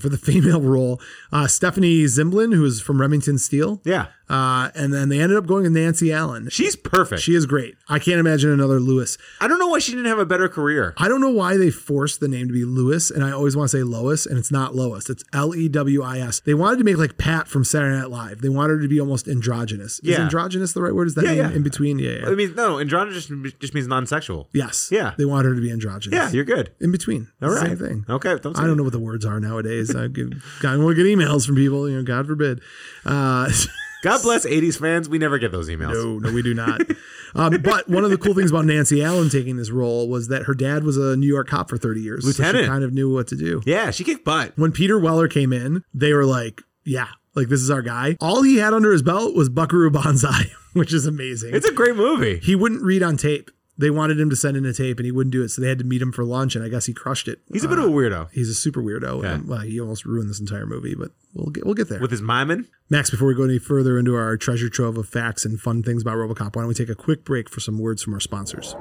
Speaker 1: for the female role. Uh, Stephanie Zimblin, who is from Remington Steel.
Speaker 3: Yeah,
Speaker 1: Uh, and then they ended up going with Nancy Allen.
Speaker 3: she's perfect.
Speaker 1: She is great. I can't imagine another Lewis.
Speaker 3: I don't know why she didn't have a better career.
Speaker 1: I don't know why they forced the name to be Lewis, and I always want to say Lois, and it's not Lois. It's L E W I S. They wanted to make like Pat from Saturday Night Live. They wanted her to be almost androgynous. Is
Speaker 3: Yeah.
Speaker 1: androgynous the right word? Is that
Speaker 3: Yeah,
Speaker 1: name
Speaker 3: yeah.
Speaker 1: in between? Yeah, yeah.
Speaker 3: I mean, no, androgynous just, just means non-sexual.
Speaker 1: yes.
Speaker 3: Yeah.
Speaker 1: They wanted her to be androgynous.
Speaker 3: Yeah, you're good.
Speaker 1: in between.
Speaker 3: All
Speaker 1: It's the
Speaker 3: right.
Speaker 1: Same thing.
Speaker 3: Okay. Don't say
Speaker 1: I don't
Speaker 3: it.
Speaker 1: know what the words are nowadays. I get, I want to get emails from people. You know, God forbid. Uh,
Speaker 3: God bless 80s fans. We never get those emails.
Speaker 1: no, no, we do not. um, but one of the cool things about Nancy Allen taking this role was that her dad was a New York cop for 30 years. So she
Speaker 3: Lieutenant.
Speaker 1: kind of knew what to do.
Speaker 3: Yeah, she kicked butt.
Speaker 1: When Peter Weller came in, they were like, yeah, like this is our guy. All he had under his belt was Buckaroo Banzai, which is amazing.
Speaker 3: It's a great movie.
Speaker 1: he wouldn't read on tape. They wanted him to send in a tape and he wouldn't do it. So they had to meet him for lunch. And I guess he crushed it.
Speaker 3: He's a bit of a weirdo
Speaker 1: He's a super weirdo. And, well, he almost ruined this entire movie, but we'll get we'll get there.
Speaker 3: with his miming.
Speaker 1: Max, before we go any further into our treasure trove of facts and fun things about RoboCop, why don't we take a quick break for some words from our sponsors?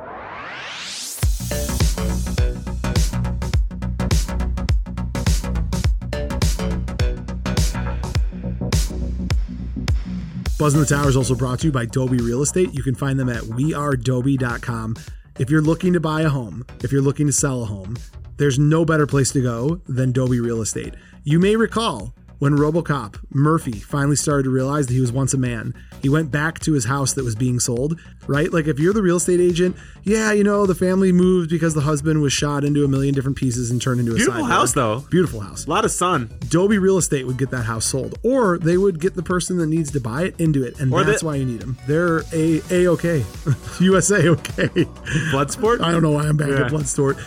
Speaker 1: Buzz in the Tower is also brought to you by Dobie Real Estate. You can find them at wearedobie.com. If you're looking to buy a home, if you're looking to sell a home, there's no better place to go than Dobie Real Estate. You may recall when Robocop Murphy finally started to realize that he was once a man. He went back to his house that was being sold, right? Like if you're the real estate agent, yeah, you know, the family moved because the husband was shot into a million different pieces and turned into a
Speaker 3: Beautiful
Speaker 1: cyborg.
Speaker 3: house, though.
Speaker 1: Beautiful house.
Speaker 3: A lot of sun.
Speaker 1: Adobe Real Estate would get that house sold, or they would get the person that needs to buy it into it, and
Speaker 3: Or
Speaker 1: that's
Speaker 3: the-
Speaker 1: why you need them. They're a a okay, USA okay.
Speaker 3: Bloodsport.
Speaker 1: I don't know why I'm back
Speaker 3: Yeah.
Speaker 1: at Bloodstort.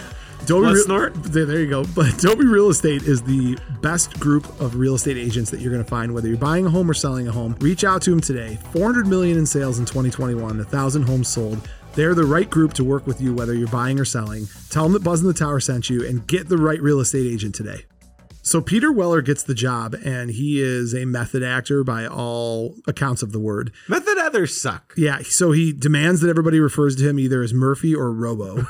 Speaker 1: Adobe
Speaker 3: Blood
Speaker 1: Real-
Speaker 3: snort?
Speaker 1: There, there you go. But Adobe Real Estate is the best group of real estate agents that you're going to find, whether you're buying a home or selling a home. Reach out to them today. 400 million in sales in 2021, 1,000 homes sold. They're the right group to work with you, whether you're buying or selling. Tell them that Buzz in the Tower sent you and get the right real estate agent today. So Peter Weller gets the job, and he is a method actor by all accounts of the word.
Speaker 3: Method others suck.
Speaker 1: Yeah, so he demands that everybody refers to him either as Murphy or Robo.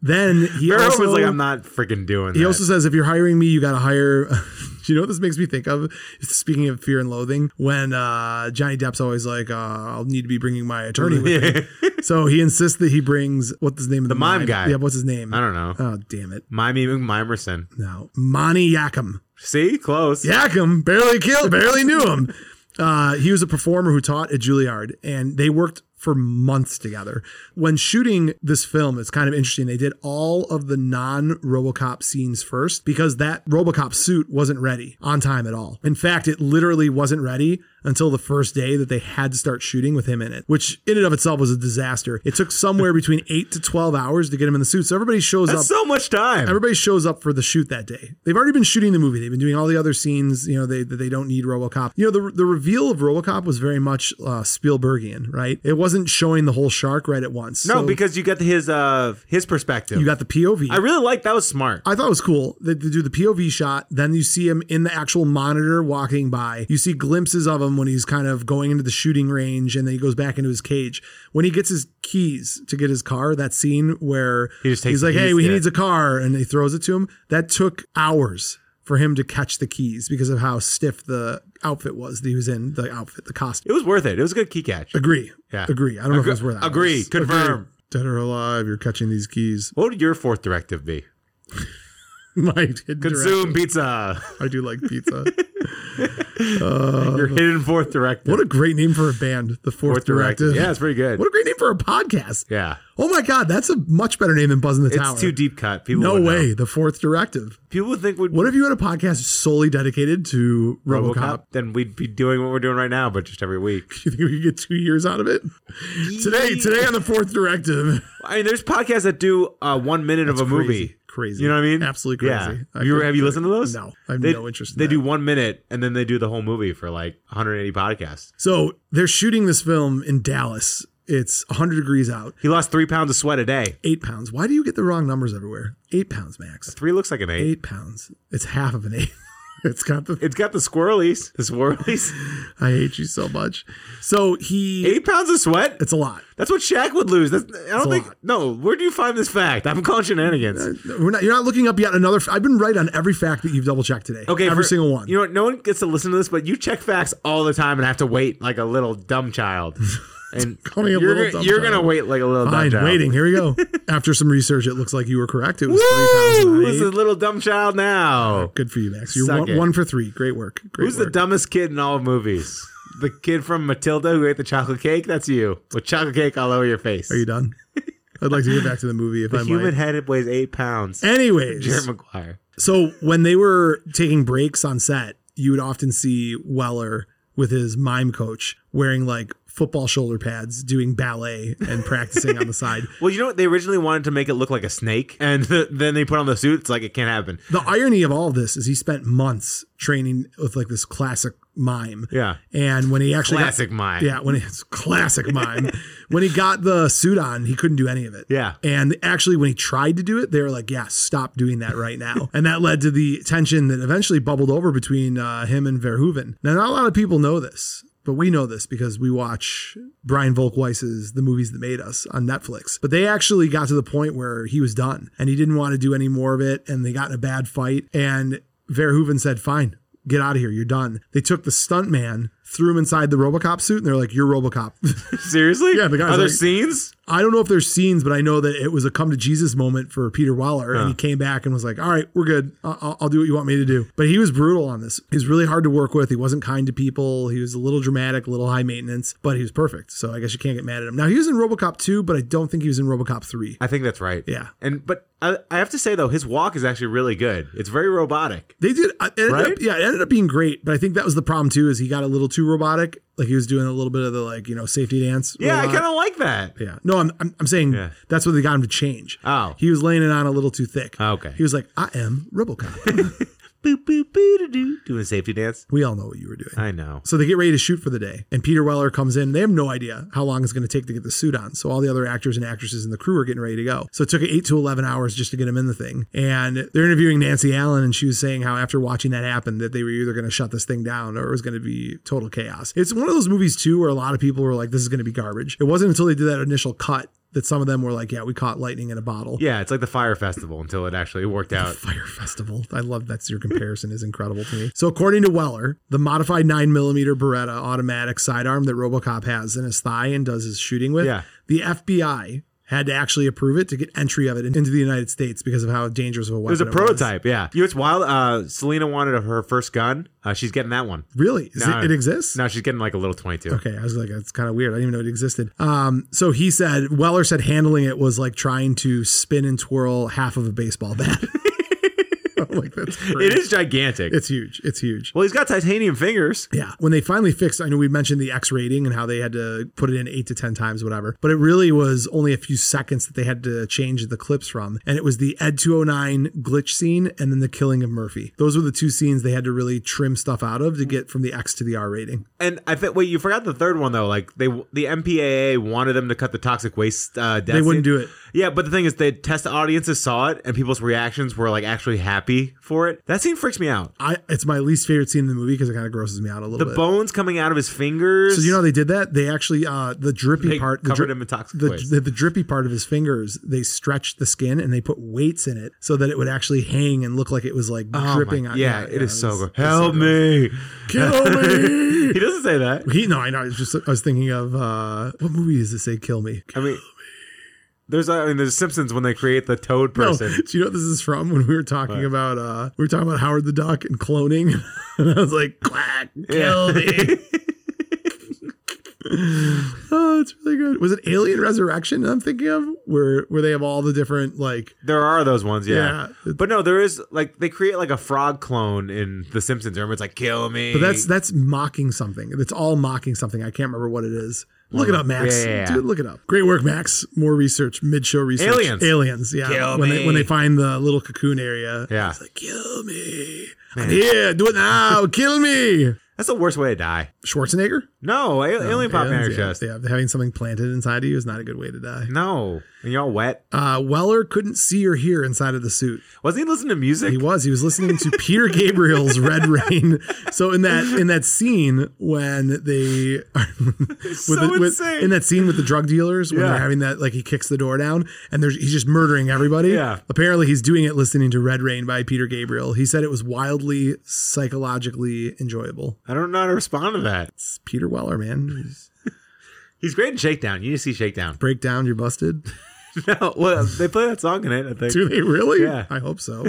Speaker 1: then he
Speaker 3: Barrow
Speaker 1: also,
Speaker 3: was like, I'm not freaking doing
Speaker 1: he
Speaker 3: that.
Speaker 1: also says, if you're hiring me, you got to hire. Do you know what this makes me think of? Speaking of fear and loathing, when uh, Johnny Depp's always like, uh, I'll need to be bringing my attorney with me. so he insists that he brings what's his name? The,
Speaker 3: mime guy.
Speaker 1: Yeah, what's his name?
Speaker 3: I don't know.
Speaker 1: Oh, damn it.
Speaker 3: Mimey Mimerson.
Speaker 1: No. Monty Yakum.
Speaker 3: See? Close.
Speaker 1: Yakum barely killed, barely knew him. Uh, he was a performer who taught at Juilliard, and they worked for months together. When shooting this film, it's kind of interesting. They did all of the non Robocop scenes first because that Robocop suit wasn't ready on time at all. In fact, it literally wasn't ready until the first day that they had to start shooting with him in it, which in and of itself was a disaster. It took somewhere between eight to 12 hours to get him in the suit. So everybody shows up
Speaker 3: That's so much time.
Speaker 1: everybody shows up for the shoot that day. They've already been shooting the movie. They've been doing all the other scenes. You know, they that they don't need RoboCop. You know, the the reveal of RoboCop was very much uh, Spielbergian, right? It wasn't showing the whole shark right at once.
Speaker 3: no,
Speaker 1: So
Speaker 3: because you got his uh his perspective.
Speaker 1: you got the POV.
Speaker 3: I really like that was smart.
Speaker 1: I thought it was cool that they do the POV shot. Then you see him in the actual monitor walking by. You see glimpses of him when he's kind of going into the shooting range and then he goes back into his cage. When he gets his keys to get his car, that scene where
Speaker 3: He just takes
Speaker 1: he's like,
Speaker 3: the
Speaker 1: hey,
Speaker 3: keys,
Speaker 1: he
Speaker 3: yeah.
Speaker 1: needs a car, and he throws it to him, that took hours for him to catch the keys because of how stiff the outfit was that he was in, the outfit, the costume.
Speaker 3: it was worth it. It was a good key catch.
Speaker 1: Agree.
Speaker 3: Yeah.
Speaker 1: Agree. I don't know if it was worth that.
Speaker 3: Agree. Confirm.
Speaker 1: Dead or alive, you're catching these keys.
Speaker 3: What would your fourth directive be?
Speaker 1: My hidden direct-
Speaker 3: Consume pizza.
Speaker 1: I do like pizza.
Speaker 3: Your hidden fourth directive.
Speaker 1: Uh, What a great name for a band, the Fourth,
Speaker 3: fourth
Speaker 1: Directive.
Speaker 3: directive. Yeah, it's pretty good.
Speaker 1: What a great name for a podcast.
Speaker 3: yeah.
Speaker 1: Oh my God, that's a much better name than Buzz in the
Speaker 3: It's
Speaker 1: Tower.
Speaker 3: too deep cut. People
Speaker 1: No
Speaker 3: would know.
Speaker 1: way, the Fourth Directive.
Speaker 3: People would think we'd
Speaker 1: What if you had a podcast solely dedicated to RoboCop?
Speaker 3: RoboCop, then we'd be doing what we're doing right now, but just every week.
Speaker 1: Do you think we could get two years out of it? Today, today on the Fourth Directive.
Speaker 3: I mean, there's podcasts that do uh, one minute of a movie.
Speaker 1: Crazy. Crazy.
Speaker 3: You know what I mean?
Speaker 1: Absolutely crazy.
Speaker 3: Yeah.
Speaker 1: I
Speaker 3: Have you,
Speaker 1: couldn't
Speaker 3: have you
Speaker 1: do it.
Speaker 3: listened to those?
Speaker 1: No, I have
Speaker 3: They-
Speaker 1: no interest in
Speaker 3: They
Speaker 1: that.
Speaker 3: do one minute and then they do the whole movie for like 180 podcasts.
Speaker 1: So they're shooting this film in Dallas It's 100 degrees out.
Speaker 3: He lost three pounds of sweat a day.
Speaker 1: Eight pounds. Why do you get the wrong numbers everywhere? Eight pounds max.
Speaker 3: Three looks like an eight.
Speaker 1: Eight pounds. It's half of an eight. It's got the.
Speaker 3: It's got the squirrelies. The swirlies.
Speaker 1: I hate you so much. So he.
Speaker 3: Eight pounds of sweat?
Speaker 1: It's a lot.
Speaker 3: That's what Shaq would lose. That's, I don't
Speaker 1: a
Speaker 3: think.
Speaker 1: lot.
Speaker 3: No, where do you find this fact? I'm calling shenanigans.
Speaker 1: We're not. You're not looking up yet another. I've been right on every fact that you've double checked today.
Speaker 3: Okay,
Speaker 1: every
Speaker 3: for-
Speaker 1: single one.
Speaker 3: You know what? No one gets to listen to this, but you check facts all the time and have to wait like a little dumb child. And
Speaker 1: Call me
Speaker 3: you're,
Speaker 1: a little
Speaker 3: gonna-
Speaker 1: dumb
Speaker 3: you're
Speaker 1: child.
Speaker 3: gonna wait like a little dumb
Speaker 1: Fine,
Speaker 3: child.
Speaker 1: waiting. Here we go. After some research, it looks like you were correct. It was three
Speaker 3: Woo!
Speaker 1: pounds.
Speaker 3: Who's
Speaker 1: and
Speaker 3: the
Speaker 1: an eight.
Speaker 3: little dumb child now?
Speaker 1: Good for you, Max. You're
Speaker 3: Suck
Speaker 1: one,
Speaker 3: it.
Speaker 1: one for three. Great work. Great
Speaker 3: Who's the
Speaker 1: work.
Speaker 3: dumbest kid in all movies? The kid from Matilda who ate the chocolate cake? That's you. With chocolate cake all over your face.
Speaker 1: Are you done? I'd like to get back to the movie if I
Speaker 3: the human
Speaker 1: might.
Speaker 3: head weighs eight pounds.
Speaker 1: Anyways,
Speaker 3: Jerry Maguire.
Speaker 1: so when they were taking breaks on set, you would often see Weller with his mime coach wearing like football shoulder pads, doing ballet and practicing on the side.
Speaker 3: Well, you know what? They originally wanted to make it look like a snake, and th- then they put on the suit. It's like it can't happen.
Speaker 1: The irony of all this is he spent months training with like this classic mime.
Speaker 3: Yeah.
Speaker 1: And when he actually got-
Speaker 3: Classic mime.
Speaker 1: Yeah, when it's classic mime. when he got the suit on, he couldn't do any of it.
Speaker 3: Yeah.
Speaker 1: And actually, when he tried to do it, they were like, "Yeah, stop doing that right now." and that led to the tension that eventually bubbled over between uh, him and Verhoeven. Now, not a lot of people know this. But we know this because we watch Brian Volkweis's The Movies That Made Us on Netflix. But they actually got to the point where he was done and he didn't want to do any more of it. And they got in a bad fight. And Verhoeven said, fine, get out of here. You're done. They took the stunt man, threw him inside the Robocop suit, and they're like, you're Robocop.
Speaker 3: Seriously?
Speaker 1: Yeah, the guy's
Speaker 3: Other
Speaker 1: like-
Speaker 3: scenes?
Speaker 1: I don't know if there's scenes, but I know that it was a come to Jesus moment for Peter Weller, and he came back and was like, "All right, we're good. I- I'll, I'll do what you want me to do." But he was brutal on this. He was really hard to work with. He wasn't kind to people. He was a little dramatic, a little high maintenance, but he was perfect. So I guess you can't get mad at him. Now he was in RoboCop 2, but I don't think he was in RoboCop 3.
Speaker 3: I think that's right.
Speaker 1: Yeah.
Speaker 3: And but I, I have to say though, his walk is actually really good. It's very robotic.
Speaker 1: They did, I- it ended
Speaker 3: Right?
Speaker 1: up, yeah, it ended up being great. But I think that was the problem too, is he got a little too robotic. Like he was doing a little bit of the like you know safety dance.
Speaker 3: Yeah, I
Speaker 1: robot.
Speaker 3: kind of like that.
Speaker 1: Yeah. No, I'm I'm, I'm saying
Speaker 3: Yeah.
Speaker 1: that's what they got him to change.
Speaker 3: Oh.
Speaker 1: He was laying it on a little too thick.
Speaker 3: Oh, okay.
Speaker 1: He was like, I am Robocop.
Speaker 3: Boop boop boop doo doing a safety dance.
Speaker 1: we all know what you were doing.
Speaker 3: I know.
Speaker 1: So they get ready to shoot for the day, and Peter Weller comes in. They have no idea how long it's going to take to get the suit on. So all the other actors and actresses in the crew are getting ready to go. So it took eight to eleven hours just to get him in the thing. And they're interviewing Nancy Allen, and she was saying how after watching that happen, that they were either going to shut this thing down or it was going to be total chaos. It's one of those movies too where a lot of people were like, "This is going to be garbage." It wasn't until they did that initial cut that some of them were like, "Yeah, we caught lightning in a bottle."
Speaker 3: Yeah, it's like the fire festival until it actually worked out.
Speaker 1: Fire Festival. I love that's your comparison is incredible to me. So according to Weller, the modified 9mm Beretta automatic sidearm that RoboCop has in his thigh and does his shooting with,
Speaker 3: Yeah.
Speaker 1: the FBI had to actually approve it to get entry of it into the United States because of how dangerous of a weapon
Speaker 3: It was a prototype, yeah. You know, it's wild. Uh, Selena wanted her first gun. Uh, she's getting that one.
Speaker 1: Really? Is
Speaker 3: No.
Speaker 1: it, it exists?
Speaker 3: Now she's getting like a little 22.
Speaker 1: Okay, I was like, that's kind of weird. I didn't even know it existed. Um, so he said, Weller said handling it was like trying to spin and twirl half of a baseball bat. I'm like that's crazy.
Speaker 3: It is gigantic.
Speaker 1: It's huge. It's huge.
Speaker 3: well, he's got titanium fingers.
Speaker 1: Yeah. When they finally fixed, I know we mentioned the X rating and how they had to put it in eight to 10 times, whatever, but it really was only a few seconds that they had to change the clips from. And it was the Ed 209 glitch scene and then the killing of Murphy. Those were the two scenes they had to really trim stuff out of to get from the X to the R rating.
Speaker 3: And I think wait, you forgot the third one though. Like they the MPAA wanted them to cut the toxic waste. Uh, death
Speaker 1: They wouldn't
Speaker 3: scene.
Speaker 1: do it.
Speaker 3: Yeah, but the thing is, the test audiences saw it, and people's reactions were like actually happy for it. That scene freaks me out.
Speaker 1: I, it's my least favorite scene in the movie because it kind of grosses me out a little
Speaker 3: The
Speaker 1: bit.
Speaker 3: bones coming out of his fingers.
Speaker 1: So you know how they did that? They actually uh the drippy
Speaker 3: They
Speaker 1: part the
Speaker 3: covered
Speaker 1: drip-
Speaker 3: him in toxic
Speaker 1: the,
Speaker 3: waste.
Speaker 1: the, the drippy part of his fingers, they stretched the skin and they put weights in it so that it would actually hang and look like it was like
Speaker 3: Oh my-
Speaker 1: dripping on
Speaker 3: Yeah, it is so
Speaker 1: was-
Speaker 3: good.
Speaker 1: it was
Speaker 3: Help
Speaker 1: so
Speaker 3: me.
Speaker 1: gross. Kill me.
Speaker 3: He doesn't say that.
Speaker 1: he no, I know. I was just I was thinking of uh what movie does it say kill me?
Speaker 3: I mean, there's I mean, there's Simpsons when they create the toad
Speaker 1: No,
Speaker 3: person.
Speaker 1: do you know what this is from? When we were talking about uh we were talking about Howard the Duck and cloning. and I was like, quack, kill me. Oh, it's really good. Was it Alien Resurrection that I'm thinking of? Where where they have all the different like
Speaker 3: There are those ones, yeah.
Speaker 1: Yeah.
Speaker 3: But no, there is like they create like a frog clone in The Simpsons. Remember, it's like kill me.
Speaker 1: but that's that's mocking something. It's all mocking something. I can't remember what it is. Look it up, Max.
Speaker 3: Yeah, yeah, yeah.
Speaker 1: Dude, look it up. Great work, Max. More research, mid show research.
Speaker 3: Aliens.
Speaker 1: Aliens, yeah.
Speaker 3: Kill
Speaker 1: when
Speaker 3: me.
Speaker 1: they when they find the little cocoon area.
Speaker 3: Yeah.
Speaker 1: It's like, kill me. I'm here, do it now, kill me.
Speaker 3: That's the worst way to die.
Speaker 1: Schwarzenegger?
Speaker 3: No, a- alien pop in
Speaker 1: Aliens,
Speaker 3: your
Speaker 1: yeah,
Speaker 3: chest.
Speaker 1: Yeah, having something planted inside of you is not a good way to die.
Speaker 3: No, and you're all wet.
Speaker 1: Uh, Weller couldn't see or hear inside of the suit.
Speaker 3: Wasn't he listening to music?
Speaker 1: He was. He was listening to Peter Gabriel's Red Rain. So in that in that scene when they are with, the, with-
Speaker 3: insane.
Speaker 1: in that scene with the drug dealers when
Speaker 3: Yeah.
Speaker 1: they're having that like he kicks the door down and there's he's just murdering everybody.
Speaker 3: Yeah.
Speaker 1: Apparently he's doing it listening to Red Rain by Peter Gabriel. He said it was wildly psychologically enjoyable.
Speaker 3: I don't know how to respond to that.
Speaker 1: It's Peter Weller, man.
Speaker 3: He's great in Shakedown. You need to see Shakedown.
Speaker 1: Break down, you're busted.
Speaker 3: No, well, they play that song in it. I think.
Speaker 1: Do they really?
Speaker 3: Yeah.
Speaker 1: I hope so.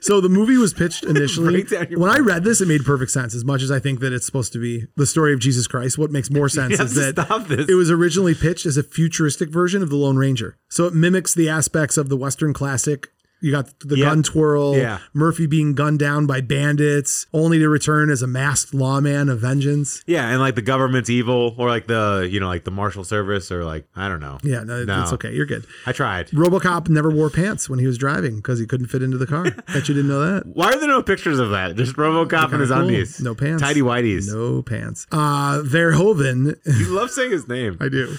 Speaker 1: So the movie was pitched initially.
Speaker 3: Break down your-
Speaker 1: when I read this, it made perfect sense. As much as I think that it's supposed to be the story of Jesus Christ, what makes more sense
Speaker 3: You have
Speaker 1: is
Speaker 3: to
Speaker 1: that
Speaker 3: stop this.
Speaker 1: it was originally pitched as a futuristic version of the Lone Ranger. So it mimics the aspects of the Western classic. You got the
Speaker 3: Yeah.
Speaker 1: gun twirl,
Speaker 3: Yeah.
Speaker 1: Murphy being gunned down by bandits, only to return as a masked lawman of vengeance.
Speaker 3: Yeah, and like the government's evil, or like the you know like the marshal service, or like I don't know.
Speaker 1: Yeah, no, it's okay. You're good.
Speaker 3: I tried.
Speaker 1: RoboCop never wore pants when he was driving because he couldn't fit into the car. Bet you didn't know that.
Speaker 3: Why are there no pictures of that? Just RoboCop and his
Speaker 1: Cool.
Speaker 3: undies,
Speaker 1: No pants.
Speaker 3: tidy whities.
Speaker 1: No pants. Uh, Verhoeven,
Speaker 3: You love saying his name.
Speaker 1: I do.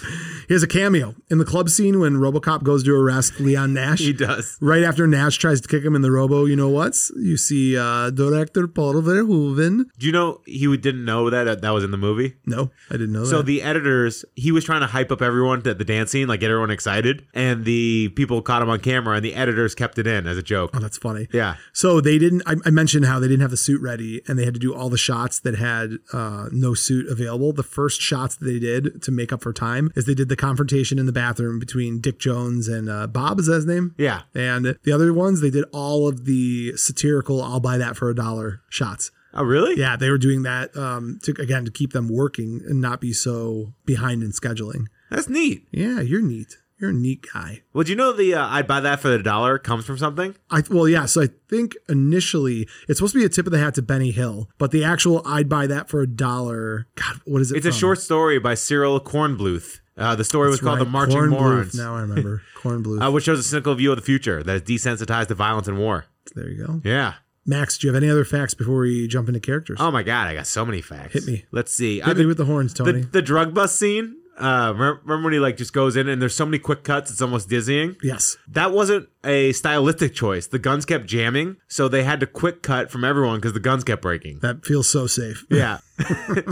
Speaker 1: He has a cameo in the club scene when Robocop goes to arrest Leon Nash.
Speaker 3: He does.
Speaker 1: Right after Nash tries to kick him in the robo, you know what's? You see uh, director Paul Verhoeven.
Speaker 3: Do you know he didn't know that that, that was in the movie?
Speaker 1: No, I didn't know
Speaker 3: So
Speaker 1: that.
Speaker 3: the editors, he was trying to hype up everyone at the dance scene, like get everyone excited, and the people caught him on camera, and the editors kept it in as a joke.
Speaker 1: Oh, that's funny.
Speaker 3: Yeah.
Speaker 1: So they didn't. I, I mentioned how they didn't have the suit ready, and they had to do all the shots that had uh, no suit available. The first shots that they did to make up for time is they did the confrontation in the bathroom between Dick Jones and uh, Bob. Is that his name?
Speaker 3: Yeah.
Speaker 1: And the other ones, they did all of the satirical "I'll buy that for a dollar" shots.
Speaker 3: Oh, really?
Speaker 1: Yeah, they were doing that um, to again to keep them working and not be so behind in scheduling.
Speaker 3: That's neat.
Speaker 1: Yeah, you're neat. You're a neat guy.
Speaker 3: Well, do you know the uh, I'd buy that for the dollar comes from something?
Speaker 1: I well, yeah. So I think initially it's supposed to be a tip of the hat to Benny Hill, but the actual "I'd buy that for a dollar." God, what is it?
Speaker 3: It's a
Speaker 1: from?
Speaker 3: short story by Cyril Kornbluth. Uh, the story was
Speaker 1: That's
Speaker 3: called
Speaker 1: right,
Speaker 3: The Marching
Speaker 1: Kornbluth.
Speaker 3: Morons,
Speaker 1: Now I remember Cornblue.
Speaker 3: uh, which shows a cynical view of the future that is desensitized to violence and war.
Speaker 1: there you go.
Speaker 3: Yeah.
Speaker 1: Max, do you have any other facts before we jump into characters?
Speaker 3: Oh my God, I got so many facts.
Speaker 1: Hit me.
Speaker 3: Let's see. I
Speaker 1: Hit me
Speaker 3: mean,
Speaker 1: with the horns,
Speaker 3: the,
Speaker 1: Tony.
Speaker 3: the drug bust scene. Uh, remember, remember when he like just goes in and there's so many quick cuts, it's almost dizzying.
Speaker 1: yes.
Speaker 3: That wasn't a stylistic choice. The guns kept jamming, so they had to quick cut from everyone because the guns kept breaking.
Speaker 1: That feels so safe.
Speaker 3: Yeah.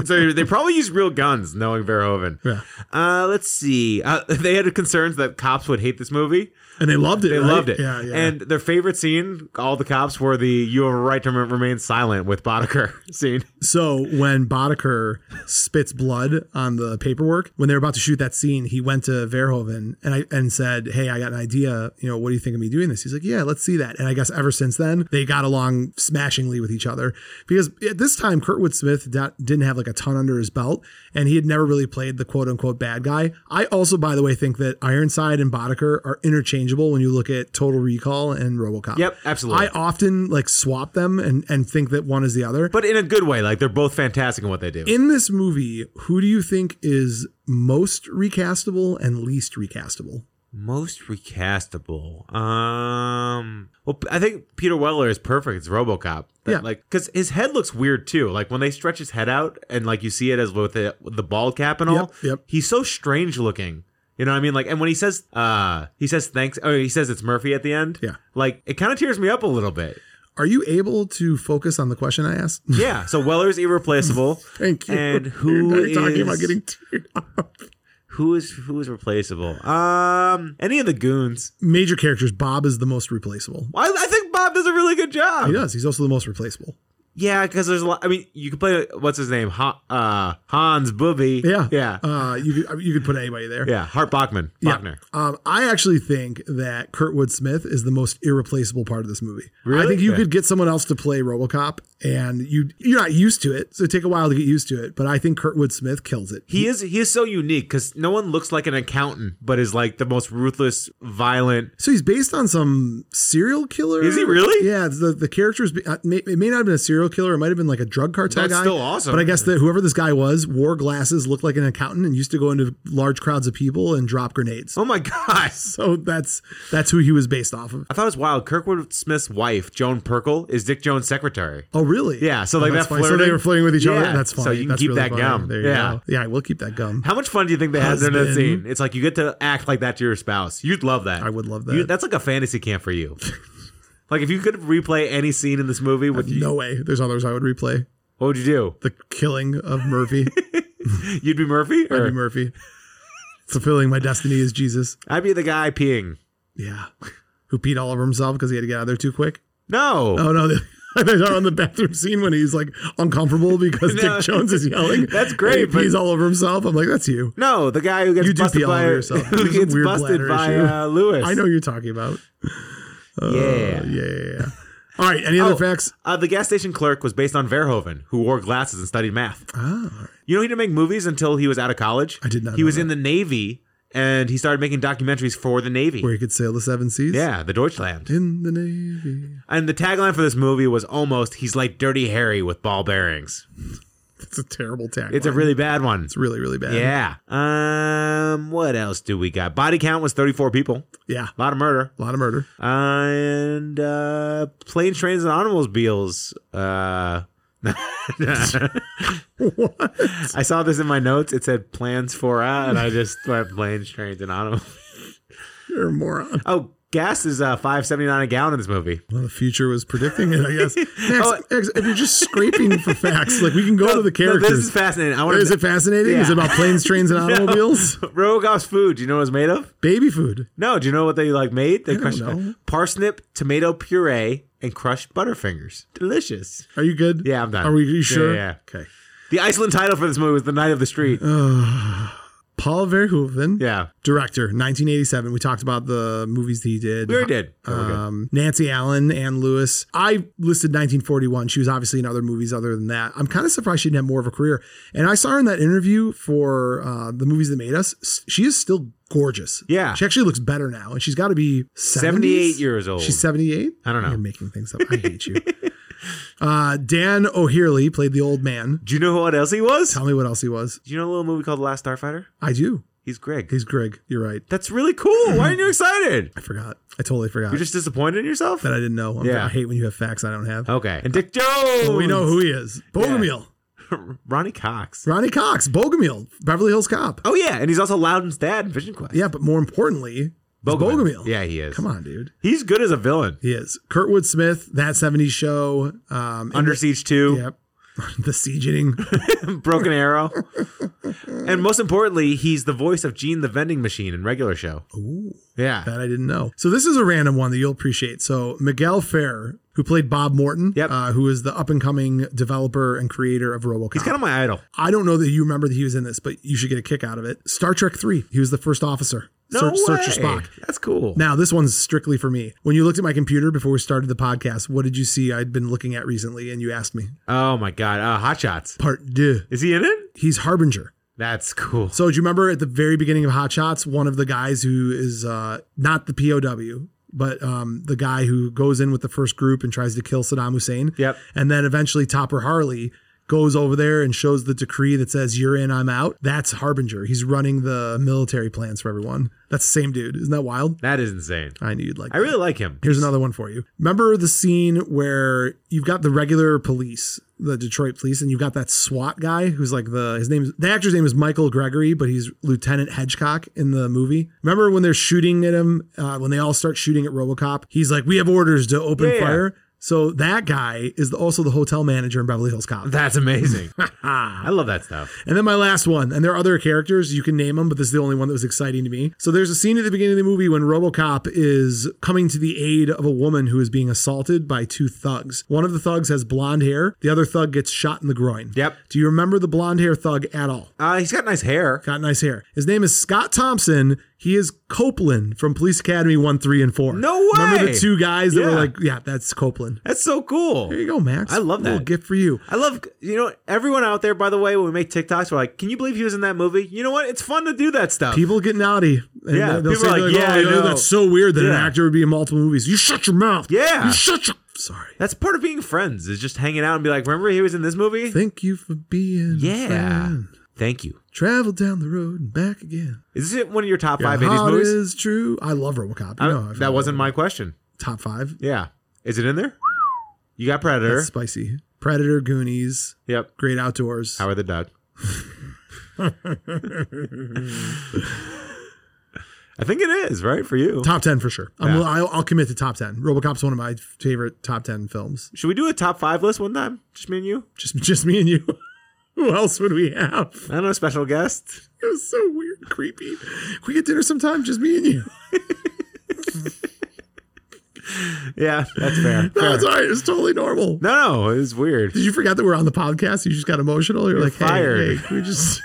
Speaker 3: so they probably used real guns, knowing Verhoeven.
Speaker 1: Yeah.
Speaker 3: Uh, let's see. Uh, they had concerns that cops would hate this movie.
Speaker 1: And they loved it.
Speaker 3: They
Speaker 1: right?
Speaker 3: loved it.
Speaker 1: Yeah, yeah.
Speaker 3: And their favorite scene, all the cops, were the "You have a right to rem- remain silent" with Boddicker scene.
Speaker 1: so when Boddicker spits blood on the paperwork, when they were about to shoot that scene, he went to Verhoeven and I and said, Hey, I got an idea. You know, what do you think of me doing this? He's like, Yeah, let's see that. And I guess ever since then, they got along smashingly with each other because at this time, Kurtwood Smith da- didn't have like a ton under his belt and he had never really played the quote unquote bad guy. I also, by the way, think that Ironside and Boddicker are interchangeable when you look at Total Recall and Robocop.
Speaker 3: Yep, absolutely.
Speaker 1: I often like swap them and, and think that one is the other.
Speaker 3: But in a good way, like they're both fantastic in what they do.
Speaker 1: In this movie, who do you think is most recastable and least recastable?
Speaker 3: Most recastable. Um. Well, I think Peter Weller is perfect. It's RoboCop. That,
Speaker 1: Yeah.
Speaker 3: Like, because his head looks weird too. Like when they stretch his head out and like you see it as with the, with the bald cap and all.
Speaker 1: Yep, yep.
Speaker 3: He's so strange looking. You know what I mean? Like, and when he says, uh, he says thanks, or he says it's Murphy at the end.
Speaker 1: Yeah.
Speaker 3: Like, it kind of tears me up a little bit.
Speaker 1: Are you able to focus on the question I asked?
Speaker 3: Yeah. So Weller's irreplaceable.
Speaker 1: Thank you.
Speaker 3: And
Speaker 1: You're
Speaker 3: who
Speaker 1: not talking about
Speaker 3: is-
Speaker 1: getting teared up.
Speaker 3: Who is who is replaceable? Um, any of the goons.
Speaker 1: major characters? Bob is the most replaceable.
Speaker 3: I, I think Bob does a really good job.
Speaker 1: He does. He's also the most replaceable.
Speaker 3: Yeah, because there's a lot. I mean, you could play what's his name, ha- uh, Hans Booby.
Speaker 1: Yeah,
Speaker 3: yeah,
Speaker 1: Uh, you could, I mean, you could put anybody there.
Speaker 3: yeah. Hart Bachman,
Speaker 1: Yeah.
Speaker 3: Bachner.
Speaker 1: Um, I actually think that Kurtwood Smith is the most irreplaceable part of this movie. I
Speaker 3: Really?
Speaker 1: think you
Speaker 3: Yeah.
Speaker 1: could get someone else to play RoboCop, and you you're not used to it, so it take a while to get used to it. But I think Kurtwood Smith kills it.
Speaker 3: He is he is so unique because no one looks like an accountant, but is like the most ruthless, violent.
Speaker 1: So he's based on some serial killer.
Speaker 3: Is he really?
Speaker 1: Yeah. The the characters. It uh, may not have been a serial serial killer. It might have been like a drug cartel
Speaker 3: That's
Speaker 1: guy.
Speaker 3: still awesome.
Speaker 1: But I guess that whoever this guy was wore glasses, looked like an accountant, and used to go into large crowds of people and drop grenades.
Speaker 3: Oh my gosh.
Speaker 1: So that's that's who he was based off of.
Speaker 3: I thought it was wild. Kirkwood Smith's wife, Joan Perkle, is Dick Jones' secretary.
Speaker 1: Oh, really?
Speaker 3: Yeah, so, like,
Speaker 1: that's
Speaker 3: that
Speaker 1: funny. So
Speaker 3: flirting-
Speaker 1: they were flirting with each other.
Speaker 3: Yeah,
Speaker 1: That's
Speaker 3: so
Speaker 1: funny.
Speaker 3: you can
Speaker 1: That's
Speaker 3: keep
Speaker 1: really
Speaker 3: that
Speaker 1: funny.
Speaker 3: gum.
Speaker 1: There you
Speaker 3: Yeah.
Speaker 1: go. Yeah, we'll keep that gum.
Speaker 3: How much fun do you think they had during that
Speaker 1: Husband.
Speaker 3: scene? It's like you get to act like that to your spouse. You'd love that.
Speaker 1: I would love
Speaker 3: You,
Speaker 1: that.
Speaker 3: that's like a fantasy camp for you. like if you could replay any scene in this movie, with you,
Speaker 1: No way. There's others I would replay.
Speaker 3: what would you do?
Speaker 1: The killing of Murphy.
Speaker 3: You'd be Murphy, or
Speaker 1: Eddie Murphy. Fulfilling my destiny is Jesus.
Speaker 3: I'd be the guy peeing.
Speaker 1: Yeah. Who peed all over himself because he had to get out of there too quick.
Speaker 3: No,
Speaker 1: Oh no, they are on the bathroom scene when he's like uncomfortable because
Speaker 3: No.
Speaker 1: Dick Jones is yelling.
Speaker 3: That's great,
Speaker 1: And he
Speaker 3: but-
Speaker 1: pees all over himself. I'm like, that's you.
Speaker 3: no, the guy who gets
Speaker 1: You do pee
Speaker 3: busted
Speaker 1: all
Speaker 3: by
Speaker 1: over yourself.
Speaker 3: who
Speaker 1: There's a
Speaker 3: gets
Speaker 1: weird
Speaker 3: busted
Speaker 1: bladder
Speaker 3: by
Speaker 1: issue.
Speaker 3: uh, Lewis.
Speaker 1: I know who you're talking about.
Speaker 3: Yeah.
Speaker 1: Yeah, yeah, yeah. All right. Any other
Speaker 3: Oh.
Speaker 1: facts?
Speaker 3: Uh, the gas station clerk was based on Verhoeven, who wore glasses and studied math.
Speaker 1: Ah, all right.
Speaker 3: You know, he didn't make movies until he was out of college.
Speaker 1: I did not
Speaker 3: He
Speaker 1: know
Speaker 3: was
Speaker 1: that.
Speaker 3: in the Navy, and he started making documentaries for the Navy.
Speaker 1: where you could sail the seven seas.
Speaker 3: yeah, the Deutschland.
Speaker 1: In the navy.
Speaker 3: And the tagline for this movie was almost "He's like Dirty Harry with ball bearings."
Speaker 1: That's a terrible tagline.
Speaker 3: It's a really bad one.
Speaker 1: it's really, really bad.
Speaker 3: Yeah. Um. What else do we got? Body count was thirty-four people.
Speaker 1: Yeah.
Speaker 3: A lot of murder.
Speaker 1: A lot of murder.
Speaker 3: and uh, planes, trains, and automobiles. Uh,
Speaker 1: What?
Speaker 3: I saw this in my notes. It said plans for, uh, and I just went planes, trains, and automobiles.
Speaker 1: You're a moron.
Speaker 3: Oh, gas is uh, five seventy nine a gallon in this movie.
Speaker 1: Well, the future was predicting it, I guess. Max,
Speaker 3: Oh.
Speaker 1: Max, if you're just scraping for facts, like we can go to the
Speaker 3: No,
Speaker 1: characters.
Speaker 3: this is fascinating. I want
Speaker 1: Is
Speaker 3: to.
Speaker 1: it fascinating? Is it
Speaker 3: Yeah.
Speaker 1: about planes, trains, and automobiles?
Speaker 3: Rogoff's food. Do you know what it's made of?
Speaker 1: Baby food.
Speaker 3: No. Do you know what they like made? They crushed
Speaker 1: know.
Speaker 3: parsnip, tomato puree, and crushed butterfingers. Delicious.
Speaker 1: Are you good?
Speaker 3: Yeah, I'm done.
Speaker 1: Are we you
Speaker 3: Yeah,
Speaker 1: sure?
Speaker 3: yeah.
Speaker 1: Okay.
Speaker 3: The Iceland title for this movie was "The Night of the Street."
Speaker 1: Uh, Paul Verhoeven,
Speaker 3: yeah,
Speaker 1: director, 1987. We talked about the movies that he did.
Speaker 3: we already did. Okay, we're good.
Speaker 1: Um, Nancy Allen, Ann Lewis. I listed 1941. She was obviously in other movies other than that. I'm kind of surprised she didn't have more of a career. And I saw her in that interview for uh, the movies that made us. S- She is still gorgeous.
Speaker 3: Yeah.
Speaker 1: She actually looks better now. And she's got to be
Speaker 3: 78
Speaker 1: 70s?
Speaker 3: years old.
Speaker 1: She's 78?
Speaker 3: I don't know.
Speaker 1: You're making things up. I hate you. Uh, Dan O'Hearly played the old man.
Speaker 3: Do you know what else he was?
Speaker 1: Tell me what else he was.
Speaker 3: Do you know a little movie called The Last Starfighter?
Speaker 1: I do.
Speaker 3: He's Greg.
Speaker 1: He's Greg. You're right.
Speaker 3: That's really cool. Why aren't you excited?
Speaker 1: I forgot. I totally forgot
Speaker 3: You're just disappointed in yourself?
Speaker 1: that I didn't know. I'm-
Speaker 3: Yeah.
Speaker 1: I hate when you have facts I don't have.
Speaker 3: Okay. And Dick Jones.
Speaker 1: Well, we know who he is. Bogomil.
Speaker 3: Ronnie Cox.
Speaker 1: Ronnie Cox, Bogomil, Beverly Hills Cop.
Speaker 3: Oh, yeah. And he's also Loudon's dad in Vision Quest.
Speaker 1: Yeah, but more importantly, Bogomil. Bogomil.
Speaker 3: Yeah, he is.
Speaker 1: Come on, dude.
Speaker 3: He's good as a villain.
Speaker 1: He is. Kurtwood Smith, That 70s Show. Um, and-
Speaker 3: Under Siege 2,
Speaker 1: Yep. the Siegeing.
Speaker 3: Broken Arrow. and most importantly, he's the voice of Gene the Vending Machine in Regular Show.
Speaker 1: Ooh,
Speaker 3: Yeah.
Speaker 1: that I didn't know. So this is a random one that you'll appreciate. So Miguel Fair, who played Bob Morton,
Speaker 3: Yep.
Speaker 1: uh, who is the up-and-coming developer and creator of RoboCop.
Speaker 3: He's kind of my idol.
Speaker 1: I don't know that you remember that he was in this, but you should get a kick out of it. Star Trek 3, he was the first officer.
Speaker 3: No
Speaker 1: Search,
Speaker 3: way.
Speaker 1: Search your Spock.
Speaker 3: That's cool.
Speaker 1: Now, this one's strictly for me. When you looked at my computer before we started the podcast, what did you see I'd been looking at recently? And you asked me.
Speaker 3: oh, my God. Uh, Hot Shots.
Speaker 1: Part deux.
Speaker 3: Is he in it?
Speaker 1: He's Harbinger.
Speaker 3: That's cool.
Speaker 1: So, do you remember at the very beginning of Hot Shots, one of the guys who is uh, not the POW, but um, the guy who goes in with the first group and tries to kill Saddam Hussein?
Speaker 3: Yep.
Speaker 1: And then eventually Topper Harley goes over there and shows the decree that says, You're in, I'm out. That's Harbinger. He's running the military plans for everyone. That's the same dude. Isn't that wild?
Speaker 3: That is insane.
Speaker 1: I knew you'd like
Speaker 3: I
Speaker 1: that.
Speaker 3: really like him.
Speaker 1: Here's another one for you. Remember the scene where you've got the regular police, the Detroit police, and you've got that SWAT guy who's like the his name is the actor's name is Michael Gregory, but he's Lieutenant Hedgecock in the movie. Remember when they're shooting at him uh, when they all start shooting at RoboCop? He's like, "We have orders to open
Speaker 3: Yeah, yeah.
Speaker 1: fire." So that guy is the, also the hotel manager in Beverly Hills Cop.
Speaker 3: That's amazing. I love that stuff.
Speaker 1: And then my last one, and there are other characters, you can name them, but this is the only one that was exciting to me. So there's a scene at the beginning of the movie when Robocop is coming to the aid of a woman who is being assaulted by two thugs. One of the thugs has blonde hair, the other thug gets shot in the groin.
Speaker 3: Yep.
Speaker 1: Do you remember the blonde hair thug at all?
Speaker 3: Uh, he's got nice hair.
Speaker 1: Got nice hair. His name is Scott Thompson. He is Copeland from Police Academy 1, 3, and 4.
Speaker 3: No
Speaker 1: Remember
Speaker 3: way!
Speaker 1: the two guys that were
Speaker 3: Yeah.
Speaker 1: like, yeah, that's Copeland.
Speaker 3: That's so cool.
Speaker 1: There you go, Max.
Speaker 3: I love
Speaker 1: Little
Speaker 3: that.
Speaker 1: gift for you.
Speaker 3: I love you know everyone out there. By the way, when we make TikToks, we're like, "Can you believe he was in that movie?" You know what? It's fun to do that stuff.
Speaker 1: People get naughty. And
Speaker 3: Yeah,
Speaker 1: they'll
Speaker 3: people
Speaker 1: say,
Speaker 3: are like,
Speaker 1: like,
Speaker 3: yeah,
Speaker 1: oh,
Speaker 3: I
Speaker 1: you know,
Speaker 3: know."
Speaker 1: that's so weird that an
Speaker 3: Yeah.
Speaker 1: actor would be in multiple movies. You shut your mouth.
Speaker 3: Yeah.
Speaker 1: You shut your. Sorry.
Speaker 3: That's part of being friends is just hanging out and be like, "Remember he was in this movie?"
Speaker 1: Thank you for being. a
Speaker 3: yeah.
Speaker 1: friend.
Speaker 3: Thank you.
Speaker 1: Travel down the road and back again.
Speaker 3: Is this one of your top five
Speaker 1: Your
Speaker 3: '80s
Speaker 1: heart
Speaker 3: movies?
Speaker 1: is true. I love RoboCop.
Speaker 3: I-
Speaker 1: You know, I
Speaker 3: that
Speaker 1: forgot
Speaker 3: wasn't
Speaker 1: about
Speaker 3: my question.
Speaker 1: it. top five.
Speaker 3: Yeah. Is it in there? You got Predator.
Speaker 1: That's spicy. Predator, Goonies,
Speaker 3: yep.
Speaker 1: Great Outdoors.
Speaker 3: Howard the Duck. I think it is right for you.
Speaker 1: Top ten for sure. I'm,
Speaker 3: Yeah.
Speaker 1: I'll, I'll commit to top ten. RoboCop's one of my favorite top ten films.
Speaker 3: Should we do a top five list one time? Just me and you.
Speaker 1: Just just me and you. Who else would we have?
Speaker 3: I don't know, special guest.
Speaker 1: It was so weird, creepy. Can we get dinner sometime? Just me and you.
Speaker 3: Yeah, that's fair.
Speaker 1: No,
Speaker 3: Fair.
Speaker 1: it's all right. It's totally normal.
Speaker 3: No, no, it was weird.
Speaker 1: Did you forget that we're on the podcast? You just got emotional. You're, like, hey,
Speaker 3: fired.
Speaker 1: hey, can we just.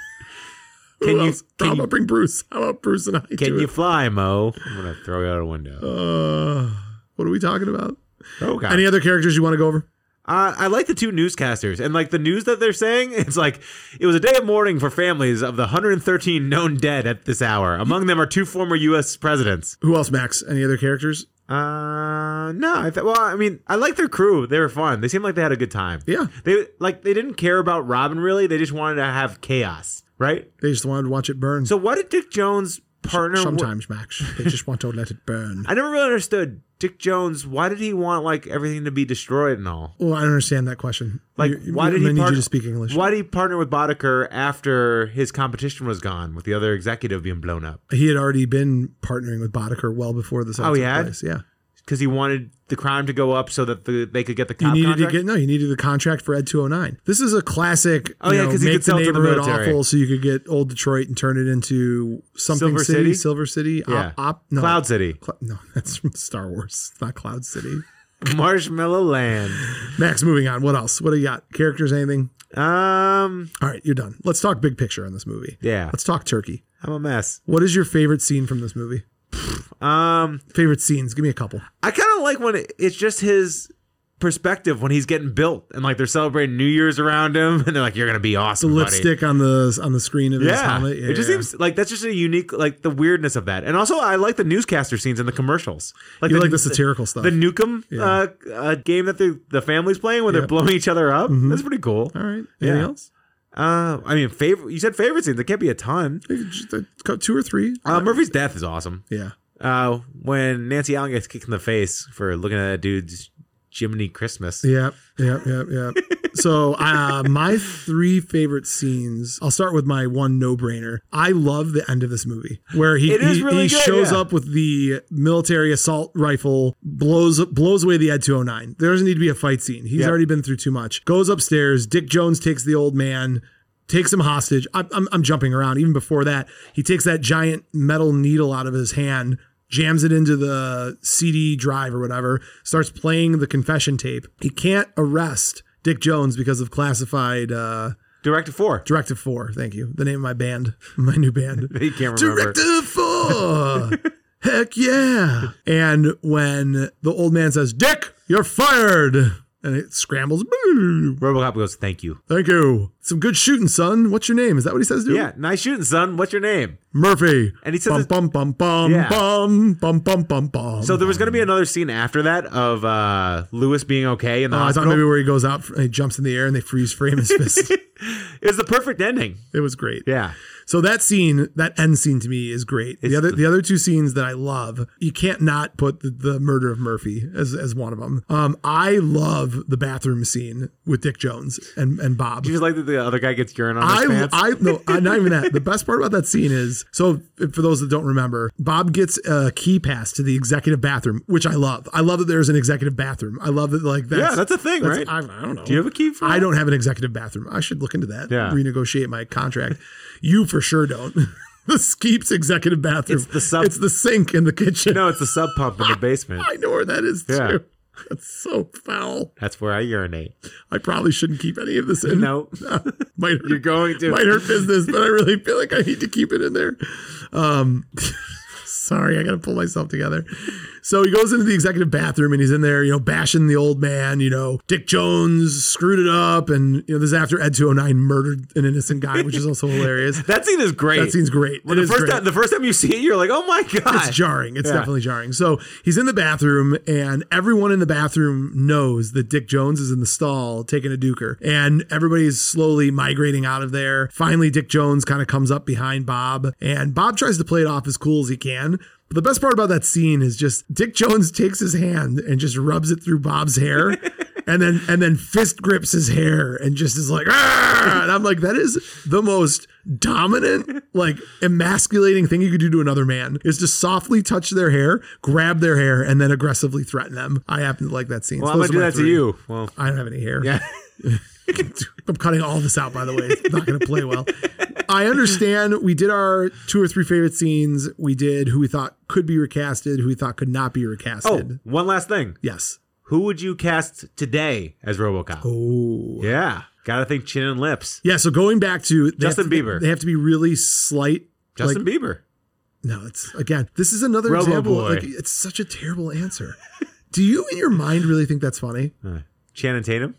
Speaker 3: Can
Speaker 1: Who
Speaker 3: you-
Speaker 1: else?
Speaker 3: can
Speaker 1: How
Speaker 3: you-
Speaker 1: about bring Bruce? How about Bruce and I?
Speaker 3: Can
Speaker 1: do
Speaker 3: you
Speaker 1: it?
Speaker 3: fly, Mo? Oh. I'm gonna throw you out a window.
Speaker 1: Uh, what are we talking about?
Speaker 3: Oh god.
Speaker 1: Any other characters you want to go over?
Speaker 3: Uh, I like the two newscasters and like the news that they're saying. It's like it was a day of mourning for families of the 113 known dead at this hour. Among them are two former U.S. presidents.
Speaker 1: Who else, Max? Any other characters?
Speaker 3: Uh, no, I th- well, I mean, I like their crew. They were fun. They seemed like they had a good time.
Speaker 1: Yeah.
Speaker 3: They like they didn't care about Robin really. They just wanted to have chaos, right?
Speaker 1: They just wanted to watch it burn.
Speaker 3: So why did Dick Jones partner? with-
Speaker 1: Sometimes, Max, they just want to let it burn.
Speaker 3: I never really understood Dick Jones. Why did he want like everything to be destroyed and all?
Speaker 1: Well, I don't understand that question.
Speaker 3: Like,
Speaker 1: You-
Speaker 3: why
Speaker 1: you-
Speaker 3: did
Speaker 1: I
Speaker 3: he
Speaker 1: need
Speaker 3: part-
Speaker 1: you to speak English?
Speaker 3: Why did he partner with Boddicker after his competition was gone, with the other executive being blown up?
Speaker 1: He had already been partnering with Boddicker well before this. all
Speaker 3: he
Speaker 1: took
Speaker 3: had?
Speaker 1: place. Yeah.
Speaker 3: Because he wanted the crime to go up so that the, they could get the
Speaker 1: You
Speaker 3: cop
Speaker 1: needed
Speaker 3: contract.
Speaker 1: to get no. You needed the contract for Ed 209. This is a classic.
Speaker 3: Oh,
Speaker 1: you
Speaker 3: yeah,
Speaker 1: know,
Speaker 3: 'cause he
Speaker 1: make
Speaker 3: could sell
Speaker 1: the
Speaker 3: it to the
Speaker 1: neighborhood
Speaker 3: military.
Speaker 1: awful, so you could get old Detroit and turn it into something
Speaker 3: Silver
Speaker 1: city,
Speaker 3: City?
Speaker 1: Silver City,
Speaker 3: yeah,
Speaker 1: Op, op no,
Speaker 3: Cloud City,
Speaker 1: Cl- no, that's from Star Wars. It's not Cloud City.
Speaker 3: Marshmallow Land.
Speaker 1: Max, moving on. What else? What do you got? Characters? Anything?
Speaker 3: Um,
Speaker 1: All right, you're done. Let's talk big picture on this movie.
Speaker 3: Yeah.
Speaker 1: Let's talk turkey.
Speaker 3: I'm a mess.
Speaker 1: What is your favorite scene from this movie?
Speaker 3: Um,
Speaker 1: Favorite scenes? Give me a couple.
Speaker 3: I kind of like when it, it's just his perspective when he's getting built and like they're celebrating New Year's around him and they're like, "You're gonna be awesome,
Speaker 1: The
Speaker 3: buddy."
Speaker 1: lipstick on the on the screen of his
Speaker 3: Yeah.
Speaker 1: helmet.
Speaker 3: it just
Speaker 1: yeah.
Speaker 3: seems like that's just a unique, like the weirdness of that, and also I like the newscaster scenes in the commercials.
Speaker 1: you like the satirical stuff.
Speaker 3: the Nukem uh, uh, game that the, the family's playing where they're blowing each other up.
Speaker 1: Mm-hmm.
Speaker 3: That's pretty cool.
Speaker 1: All right. Anything
Speaker 3: Yeah.
Speaker 1: else?
Speaker 3: Uh, I mean, favorite. You said favorite scenes. There can't be a ton.
Speaker 1: Just, uh, co- Two or three?
Speaker 3: Uh, Murphy's death is awesome.
Speaker 1: yeah.
Speaker 3: Uh, when Nancy Allen gets kicked in the face for looking at that dude's Jiminy Christmas.
Speaker 1: Yeah, yeah, yeah, yeah. so uh, my three favorite scenes. I'll start with my one no-brainer. I love the end of this movie where he
Speaker 3: It is
Speaker 1: he,
Speaker 3: really
Speaker 1: he
Speaker 3: good,
Speaker 1: shows
Speaker 3: yeah.
Speaker 1: up with the military assault rifle, blows blows away the Ed 209. There doesn't need to be a fight scene. He's
Speaker 3: Yep.
Speaker 1: already been through too much. Goes upstairs. Dick Jones takes the old man. Takes him hostage. I'm, I'm, I'm jumping around. Even before that, he takes that giant metal needle out of his hand, jams it into the CD drive or whatever, starts playing the confession tape. He can't arrest Dick Jones because of classified uh,
Speaker 3: Director four.
Speaker 1: Directive 4. Thank you. The name of my band, my new band.
Speaker 3: He can't remember.
Speaker 1: Directive 4. Heck yeah. And when the old man says, Dick, you're fired. And it scrambles.
Speaker 3: RoboCop goes, "Thank you."
Speaker 1: Thank you. Some good shooting, son. What's your name? Is that what he says to him?
Speaker 3: Yeah, nice shooting, son. What's your name?
Speaker 1: Murphy.
Speaker 3: And he says
Speaker 1: bum,
Speaker 3: it-
Speaker 1: bum, bum, Um, bum,
Speaker 3: Yeah.
Speaker 1: bum, bum, bum, bum, bum.
Speaker 3: So there was going to be another scene after that of uh, Lewis being okay in the
Speaker 1: Oh, I thought
Speaker 3: hospital.
Speaker 1: maybe where he goes out and he jumps in the air and they freeze frame his fist.
Speaker 3: it was the perfect ending.
Speaker 1: it was great.
Speaker 3: Yeah.
Speaker 1: So that scene, that end scene to me is great. the other, the, other two scenes that I love, you can't not put the, the murder of Murphy as, as one of them. Um, I love the bathroom scene with Dick Jones and, and Bob.
Speaker 3: You just like that the other guy gets urine on his
Speaker 1: I,
Speaker 3: pants.
Speaker 1: I no, I- not even that. The best part about that scene is so for those that don't remember, Bob gets a key pass to the executive bathroom, which I love. I love that there's an executive bathroom. I love that like that's
Speaker 3: yeah, that's a thing,
Speaker 1: that's-
Speaker 3: right?
Speaker 1: I, I don't know.
Speaker 3: Do you have a key for
Speaker 1: I
Speaker 3: that?
Speaker 1: don't have an executive bathroom. I should look into that.
Speaker 3: Yeah.
Speaker 1: Renegotiate my contract. you for sure don't. the Skeeps executive bathroom.
Speaker 3: It's the sub-
Speaker 1: It's the sink in the kitchen.
Speaker 3: No, it's the sub pump in the basement.
Speaker 1: I know where that is
Speaker 3: Yeah.
Speaker 1: too. That's so foul.
Speaker 3: That's where I urinate.
Speaker 1: I probably shouldn't keep any of this in.
Speaker 3: No,
Speaker 1: Might hurt-
Speaker 3: you're going to.
Speaker 1: might hurt business, but I really feel like I need to keep it in there. Um, Sorry, I got to pull myself together. So he goes into the executive bathroom and he's in there, you know, bashing the old man. You know, Dick Jones screwed it up, and you know this is after Ed 209 murdered an innocent guy, which is also hilarious.
Speaker 3: That scene is great.
Speaker 1: That scene's great.
Speaker 3: Well,
Speaker 1: It
Speaker 3: the
Speaker 1: is
Speaker 3: first
Speaker 1: great.
Speaker 3: time the first time you see it, you're like, oh my god.
Speaker 1: It's jarring. It's definitely jarring. So he's in the bathroom, and everyone in the bathroom knows that Dick Jones is in the stall taking a duker, and everybody's slowly migrating out of there. Finally, Dick Jones kind of comes up behind Bob, and Bob tries to play it off as cool as he can. But the best part about that scene is just Dick Jones takes his hand and just rubs it through Bob's hair. And then and then fist grips his hair and just is like, "Argh!" and I'm like, that is the most dominant, like emasculating thing you could do to another man is to softly touch their hair, grab their hair, and then aggressively threaten them. I happen to like that scene.
Speaker 3: well,
Speaker 1: So
Speaker 3: I'm
Speaker 1: those
Speaker 3: gonna do
Speaker 1: are my
Speaker 3: that to
Speaker 1: three.
Speaker 3: you. Well,
Speaker 1: I don't have any hair.
Speaker 6: Yeah.
Speaker 1: I'm cutting all this out, by the way. It's not going to play well. I understand we did our two or three favorite scenes. We did who we thought could be recasted, who we thought could not be
Speaker 3: oh,
Speaker 1: recasted.
Speaker 3: one last thing.
Speaker 1: Yes.
Speaker 3: Who would you cast today as RoboCop?
Speaker 1: Oh.
Speaker 3: Yeah, gotta think chin and lips.
Speaker 1: Yeah. So going back to they
Speaker 3: Justin
Speaker 1: have to-
Speaker 3: Bieber.
Speaker 1: they have to be really slight.
Speaker 3: Justin
Speaker 1: like,
Speaker 3: Bieber.
Speaker 1: No, it's again. This is another
Speaker 3: Robo
Speaker 1: example.
Speaker 3: boy.
Speaker 1: Like it's such a terrible answer. Do you, in your mind, really think that's funny?
Speaker 3: Channing Tatum.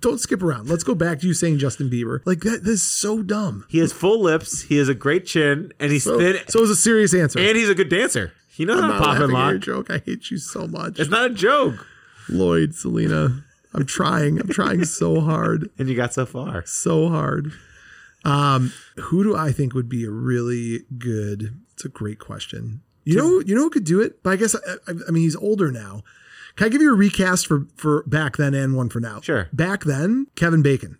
Speaker 1: Don't skip around. Let's go back to you saying Justin Bieber. Like that. This is so dumb.
Speaker 3: He has full lips. He has a great chin, and he's
Speaker 1: So,
Speaker 3: thin,
Speaker 1: so it was a serious answer.
Speaker 3: and he's a good dancer. He knows
Speaker 1: I'm
Speaker 3: how to
Speaker 1: not
Speaker 3: pop and
Speaker 1: laughing at
Speaker 3: lock.
Speaker 1: your joke. I hate you so much.
Speaker 3: It's not a joke.
Speaker 1: Lloyd, Selena. I'm trying. I'm trying so hard.
Speaker 3: And you got so far.
Speaker 1: So hard. Um, who do I think would be a really good? It's a great question. You know, you know who could do it? But I guess I, I, I mean he's older now. Can I give you a recast for for back then and one for now?
Speaker 3: Sure. Hmm.
Speaker 1: Back then, Kevin Bacon.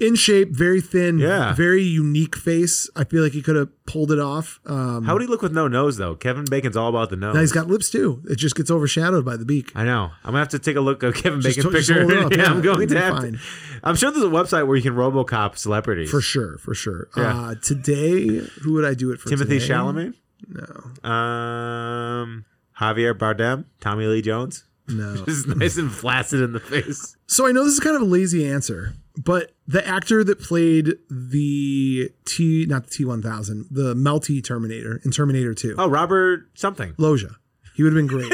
Speaker 1: In shape, very thin,
Speaker 3: Yeah.
Speaker 1: very unique face. I feel like he could have pulled it off. Um,
Speaker 3: How would he look with no nose though? Kevin Bacon's all about the nose.
Speaker 1: now he's got lips too. It just gets overshadowed by the beak.
Speaker 3: I know. I'm gonna have to take a look at Kevin
Speaker 1: Just
Speaker 3: Bacon's
Speaker 1: to- just
Speaker 3: picture.
Speaker 1: hold it up.
Speaker 3: yeah,
Speaker 1: Yeah,
Speaker 3: I'm going to
Speaker 1: you'll be
Speaker 3: have.
Speaker 1: fine.
Speaker 3: To, I'm sure there's a website where you can RoboCop celebrities.
Speaker 1: For sure, for sure.
Speaker 3: Yeah.
Speaker 1: Uh, today, who would I do it for?
Speaker 3: Timothy
Speaker 1: today?
Speaker 3: Chalamet,
Speaker 1: No,
Speaker 3: um, Javier Bardem, Tommy Lee Jones.
Speaker 1: no.
Speaker 3: Just nice and flaccid in the face.
Speaker 1: so I know this is kind of a lazy answer, but the actor that played the T, not the T one thousand, the Melty Terminator in Terminator Two,
Speaker 3: Oh, Robert something.
Speaker 1: Loja, he would have been great.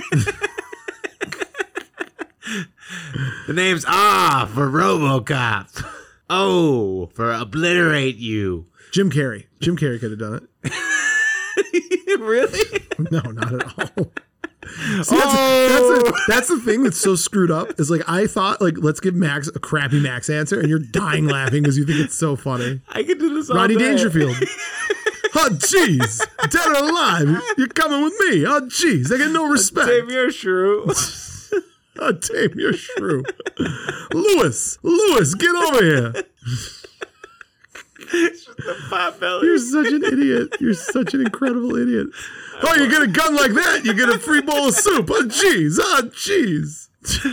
Speaker 3: The name's Ah for RoboCop. Oh for obliterate you.
Speaker 1: Jim Carrey, Jim Carrey could have done it.
Speaker 3: really?
Speaker 1: No, not at all. See, that's,
Speaker 3: Oh.
Speaker 1: that's, the- that's the thing that's so screwed up is like I thought like let's give Max a crappy Max answer and you're dying laughing because you think it's so funny.
Speaker 3: I could do this all
Speaker 1: Rodney
Speaker 3: day.
Speaker 1: Dangerfield. oh, jeez. Dead or alive. You're coming with me. Oh, jeez. I get no respect.
Speaker 3: Same here, Shrew.
Speaker 1: Oh, damn, you're shrew. Lewis. Lewis, get over here.
Speaker 3: Pot
Speaker 1: You're
Speaker 3: belly.
Speaker 1: such an idiot. You're such an incredible idiot. Oh, you get a gun like that, you get a free bowl of soup. Oh, jeez. Oh, jeez.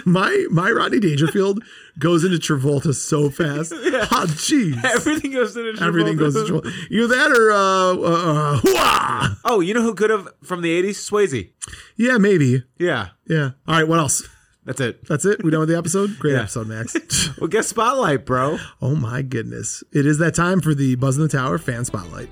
Speaker 1: My my Rodney Dangerfield goes into Travolta so fast. Oh, jeez.
Speaker 3: Everything goes to the
Speaker 1: Everything goes to Travolta. Either that or uh, uh, uh, hoo-ah.
Speaker 3: Oh, you know who could have from the '80s? Swayze.
Speaker 1: Yeah, maybe.
Speaker 3: Yeah,
Speaker 1: Yeah. All right. What else?
Speaker 3: that's it.
Speaker 1: That's it. We done with the episode. Great
Speaker 3: Yeah.
Speaker 1: episode, Max.
Speaker 3: Well, guess spotlight, bro.
Speaker 1: oh my goodness! It is that time for the Buzz in the Tower fan spotlight.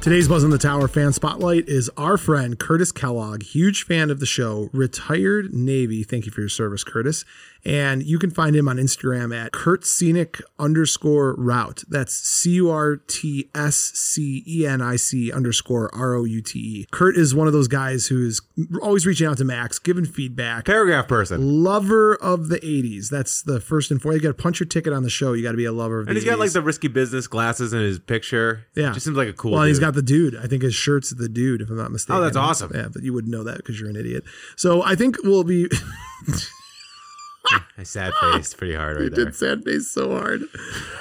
Speaker 1: Today's Buzz in the Tower fan spotlight is our friend Curtis Kellogg, huge fan of the show, retired Navy. Thank you for your service, Curtis. And you can find him on Instagram at Kurt Scenic underscore route. That's C U R T S C E N I C underscore R O U T E. Kurt is one of those guys who is always reaching out to Max, giving feedback
Speaker 3: Paragraph person.
Speaker 1: lover of the 80s. That's the first and foremost. You got to punch your ticket on the show. You got to be a lover of the
Speaker 3: And he's
Speaker 1: 80s.
Speaker 3: got like the risky business glasses in his picture.
Speaker 1: Yeah.
Speaker 3: just seems like a cool.
Speaker 1: well, and he's
Speaker 3: dude.
Speaker 1: got Uh, the dude. I think his shirt's the dude, if I'm not
Speaker 3: Oh,
Speaker 1: mistaken.
Speaker 3: that's awesome.
Speaker 1: Yeah, but you wouldn't know that because you're an idiot. So I think we'll be.
Speaker 3: I sad faced pretty hard right
Speaker 1: you
Speaker 3: there.
Speaker 1: did sad face so hard.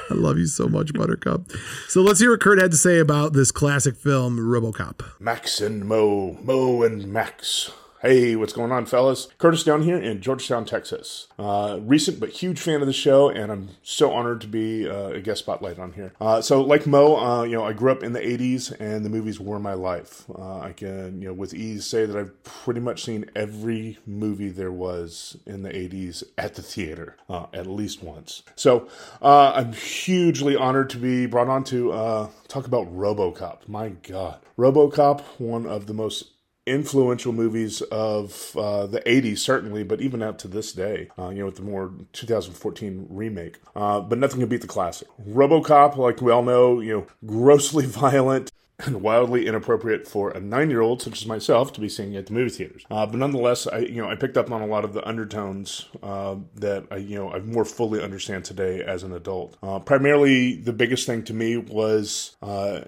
Speaker 1: I love you so much, Buttercup. So let's hear what Kurt had to say about this classic film, Robocop.
Speaker 7: Max and Mo, Mo and Max. Hey, what's going on, fellas? Curtis down here in Georgetown, Texas. Uh, recent but huge fan of the show, and I'm so honored to be uh, a guest spotlight on here. Uh, so, like Mo, uh, you know, I grew up in the '80s, and the movies were my life. Uh, I can, you know, with ease say that I've pretty much seen every movie there was in the '80s at the theater, uh, at least once. So, uh, I'm hugely honored to be brought on to uh, talk about RoboCop. My God, RoboCop, one of the most influential movies of uh, the 80s certainly but even out to this day uh, you know with the more 2014 remake uh, but nothing can beat the classic robocop like we all know you know grossly violent and wildly inappropriate for a nine-year-old such as myself to be seeing at the movie theaters. Uh, but nonetheless, I you know I picked up on a lot of the undertones uh, that I you know I more fully understand today as an adult. Uh, primarily, the biggest thing to me was. Uh,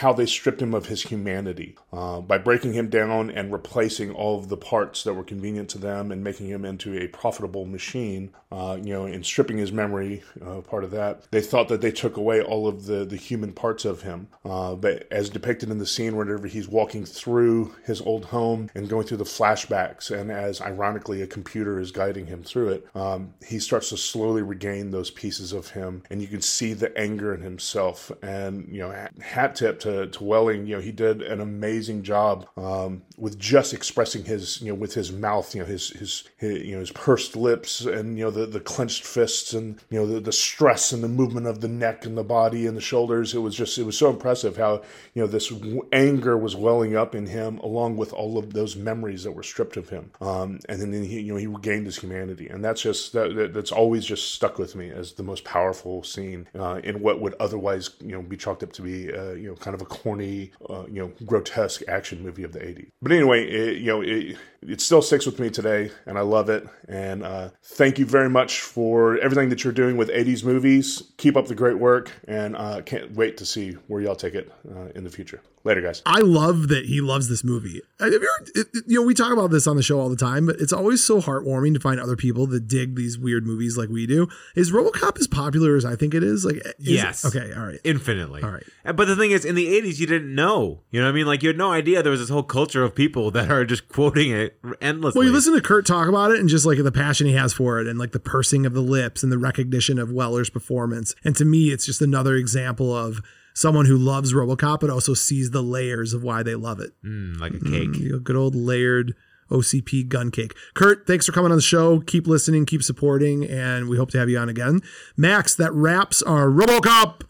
Speaker 7: how they stripped him of his humanity uh, by breaking him down and replacing all of the parts that were convenient to them and making him into a profitable machine, uh, you know, and stripping his memory uh, part of that. They thought that they took away all of the, the human parts of him. Uh, but as depicted in the scene, whenever he's walking through his old home and going through the flashbacks, and as ironically a computer is guiding him through it, um, he starts to slowly regain those pieces of him. And you can see the anger in himself. And, you know, ha- hat tip to, to Welling, you know, he did an amazing job um, with just expressing his, you know, with his mouth, you know, his, his, his you know, his pursed lips and, you know, the, the clenched fists and, you know, the, the stress and the movement of the neck and the body and the shoulders. It was just, it was so impressive how, you know, this w- anger was welling up in him along with all of those memories that were stripped of him. Um, and then he, you know, he regained his humanity. And that's just, that, that- that's always just stuck with me as the most powerful scene uh, in what would otherwise, you know, be chalked up to be, uh, you know, kind of a corny, uh, you know, grotesque action movie of the 80s. But anyway, it, you know, it, it still sticks with me today and I love it. And uh, thank you very much for everything that you're doing with 80s movies. Keep up the great work and uh, can't wait to see where y'all take it uh, in the future. Later, guys.
Speaker 1: I love that he loves this movie. I- Have you, ever, it- it- you know, we talk about this on the show all the time, but it's always so heartwarming to find other people that dig these weird movies like we do. Is RoboCop as popular as I think it is? Like, is it-
Speaker 3: Yes.
Speaker 1: Okay. All right.
Speaker 3: Infinitely. All
Speaker 1: right.
Speaker 3: But the thing is, in the 80s, you didn't know. You know what I mean? Like, you had no idea there was this whole culture of people that are just quoting it endlessly.
Speaker 1: Well, you listen to Kurt talk about it and just like the passion he has for it and like the pursing of the lips and the recognition of Weller's performance. And to me, it's just another example of someone who loves Robocop but also sees the layers of why they love it.
Speaker 3: Mm, like a cake.
Speaker 1: You know, good old layered OCP gun cake. Kurt, thanks for coming on the show. Keep listening, keep supporting, and we hope to have you on again. Max, that wraps our Robocop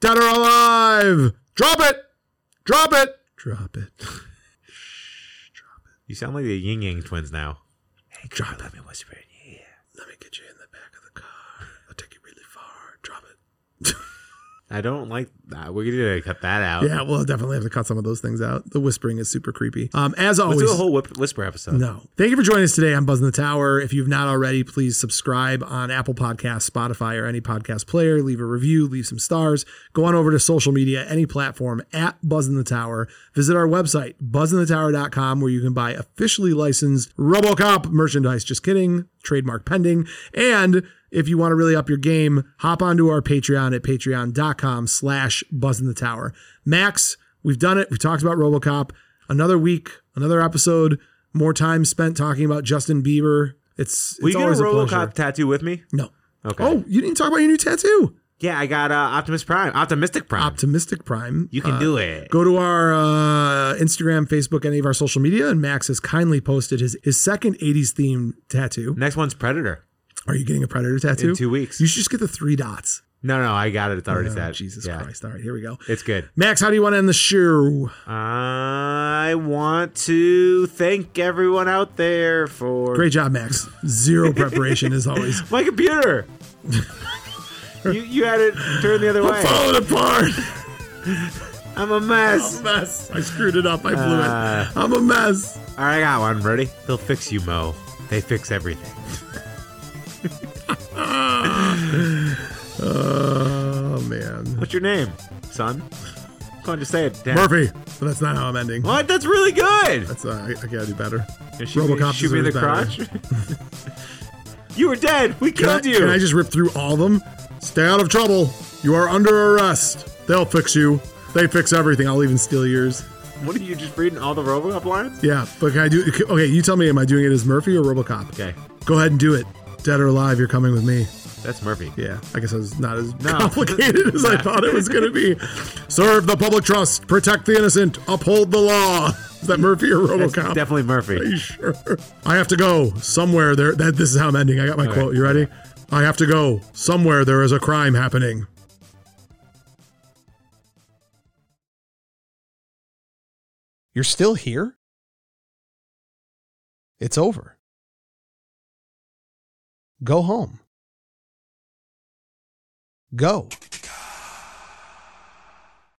Speaker 1: Dead or Alive. Drop it. Drop it. Drop it.
Speaker 3: You sound like the Ying Yang twins now. Hey,
Speaker 1: Drop
Speaker 3: let me whisper it. Yeah.
Speaker 1: Let me get you in the back of the car. I'll take you really far. Drop it.
Speaker 3: I don't like that. We're going to cut that out.
Speaker 1: Yeah, we'll definitely have to cut some of those things out. The whispering is super creepy. Um, as
Speaker 3: Let's
Speaker 1: always,
Speaker 3: do a whole whip- whisper episode.
Speaker 1: no. Thank you for joining us today on Buzz in the Tower. If you've not already, please subscribe on Apple Podcasts, Spotify, or any podcast player. Leave a review, leave some stars. Go on over to social media, any platform at Buzz in the Tower. Visit our website, buzzinthetower.com, where you can buy officially licensed Robocop merchandise. Just kidding, trademark pending. And if you want to really up your game, hop onto our Patreon at patreon.com slash buzz in the tower. Max, we've done it. We talked about Robocop. Another week, another episode, more time spent talking about Justin Bieber. It's, it's
Speaker 3: Will you get a
Speaker 1: always a,
Speaker 3: Robocop
Speaker 1: pleasure.
Speaker 3: tattoo with me?
Speaker 1: No.
Speaker 3: Okay.
Speaker 1: Oh, you didn't talk about your new tattoo.
Speaker 3: Yeah, I got uh, Optimus Prime, Optimistic Prime.
Speaker 1: Optimistic Prime.
Speaker 3: you can do it.
Speaker 1: Go to our uh, Instagram, Facebook, any of our social media, and Max has kindly posted his, his second 80s themed tattoo.
Speaker 3: Next one's Predator.
Speaker 1: Are you getting a Predator tattoo?
Speaker 3: In two weeks.
Speaker 1: You should just get the three dots.
Speaker 3: No, no, I got it. It's already
Speaker 1: Oh,
Speaker 3: set.
Speaker 1: Jesus
Speaker 3: Yeah.
Speaker 1: Christ. All right, here we go.
Speaker 3: It's good.
Speaker 1: Max, how do you want to end the show?
Speaker 3: I want to thank everyone out there for
Speaker 1: Great job, Max. Zero preparation as always.
Speaker 3: my computer. you, you had it turned the other way.
Speaker 1: Falling apart.
Speaker 3: I'm a mess.
Speaker 1: I'm a mess. I screwed it up. I blew
Speaker 3: Uh,
Speaker 1: it. I'm a mess.
Speaker 3: All right, I got one. Ready? They'll fix you, Mo. They fix everything.
Speaker 1: Oh man.
Speaker 3: What's your name, son? Come on, just say it. Dad.
Speaker 1: Murphy. But that's not how I'm ending.
Speaker 3: What? That's really good.
Speaker 1: That's uh, I, I gotta do better.
Speaker 3: Shoot me-
Speaker 1: RoboCop
Speaker 3: shoot me in the
Speaker 1: deserves
Speaker 3: crotch. you were dead. We
Speaker 1: Can I,
Speaker 3: killed you.
Speaker 1: can I just rip through all of them? Stay out of trouble. You are under arrest. They'll fix you. They fix everything. I'll even steal yours.
Speaker 3: What are you just reading all the Robocop lines?
Speaker 1: Yeah, but can I do? Okay, you tell me. Am I doing it as Murphy or RoboCop?
Speaker 3: Okay,
Speaker 1: Go ahead and do it. Dead or alive, you're coming with me.
Speaker 3: that's Murphy.
Speaker 1: Yeah, I guess I was not as complicated as I thought it was going to be. Serve the public trust, protect the innocent, uphold the law. Is that Murphy or
Speaker 3: That's
Speaker 1: RoboCop?
Speaker 3: definitely Murphy.
Speaker 1: You sure? I have to go somewhere there. That this is how I'm ending. I got my quote. You ready? I have to go somewhere. There is a crime happening.
Speaker 2: You're still here? It's over. Go home. Go.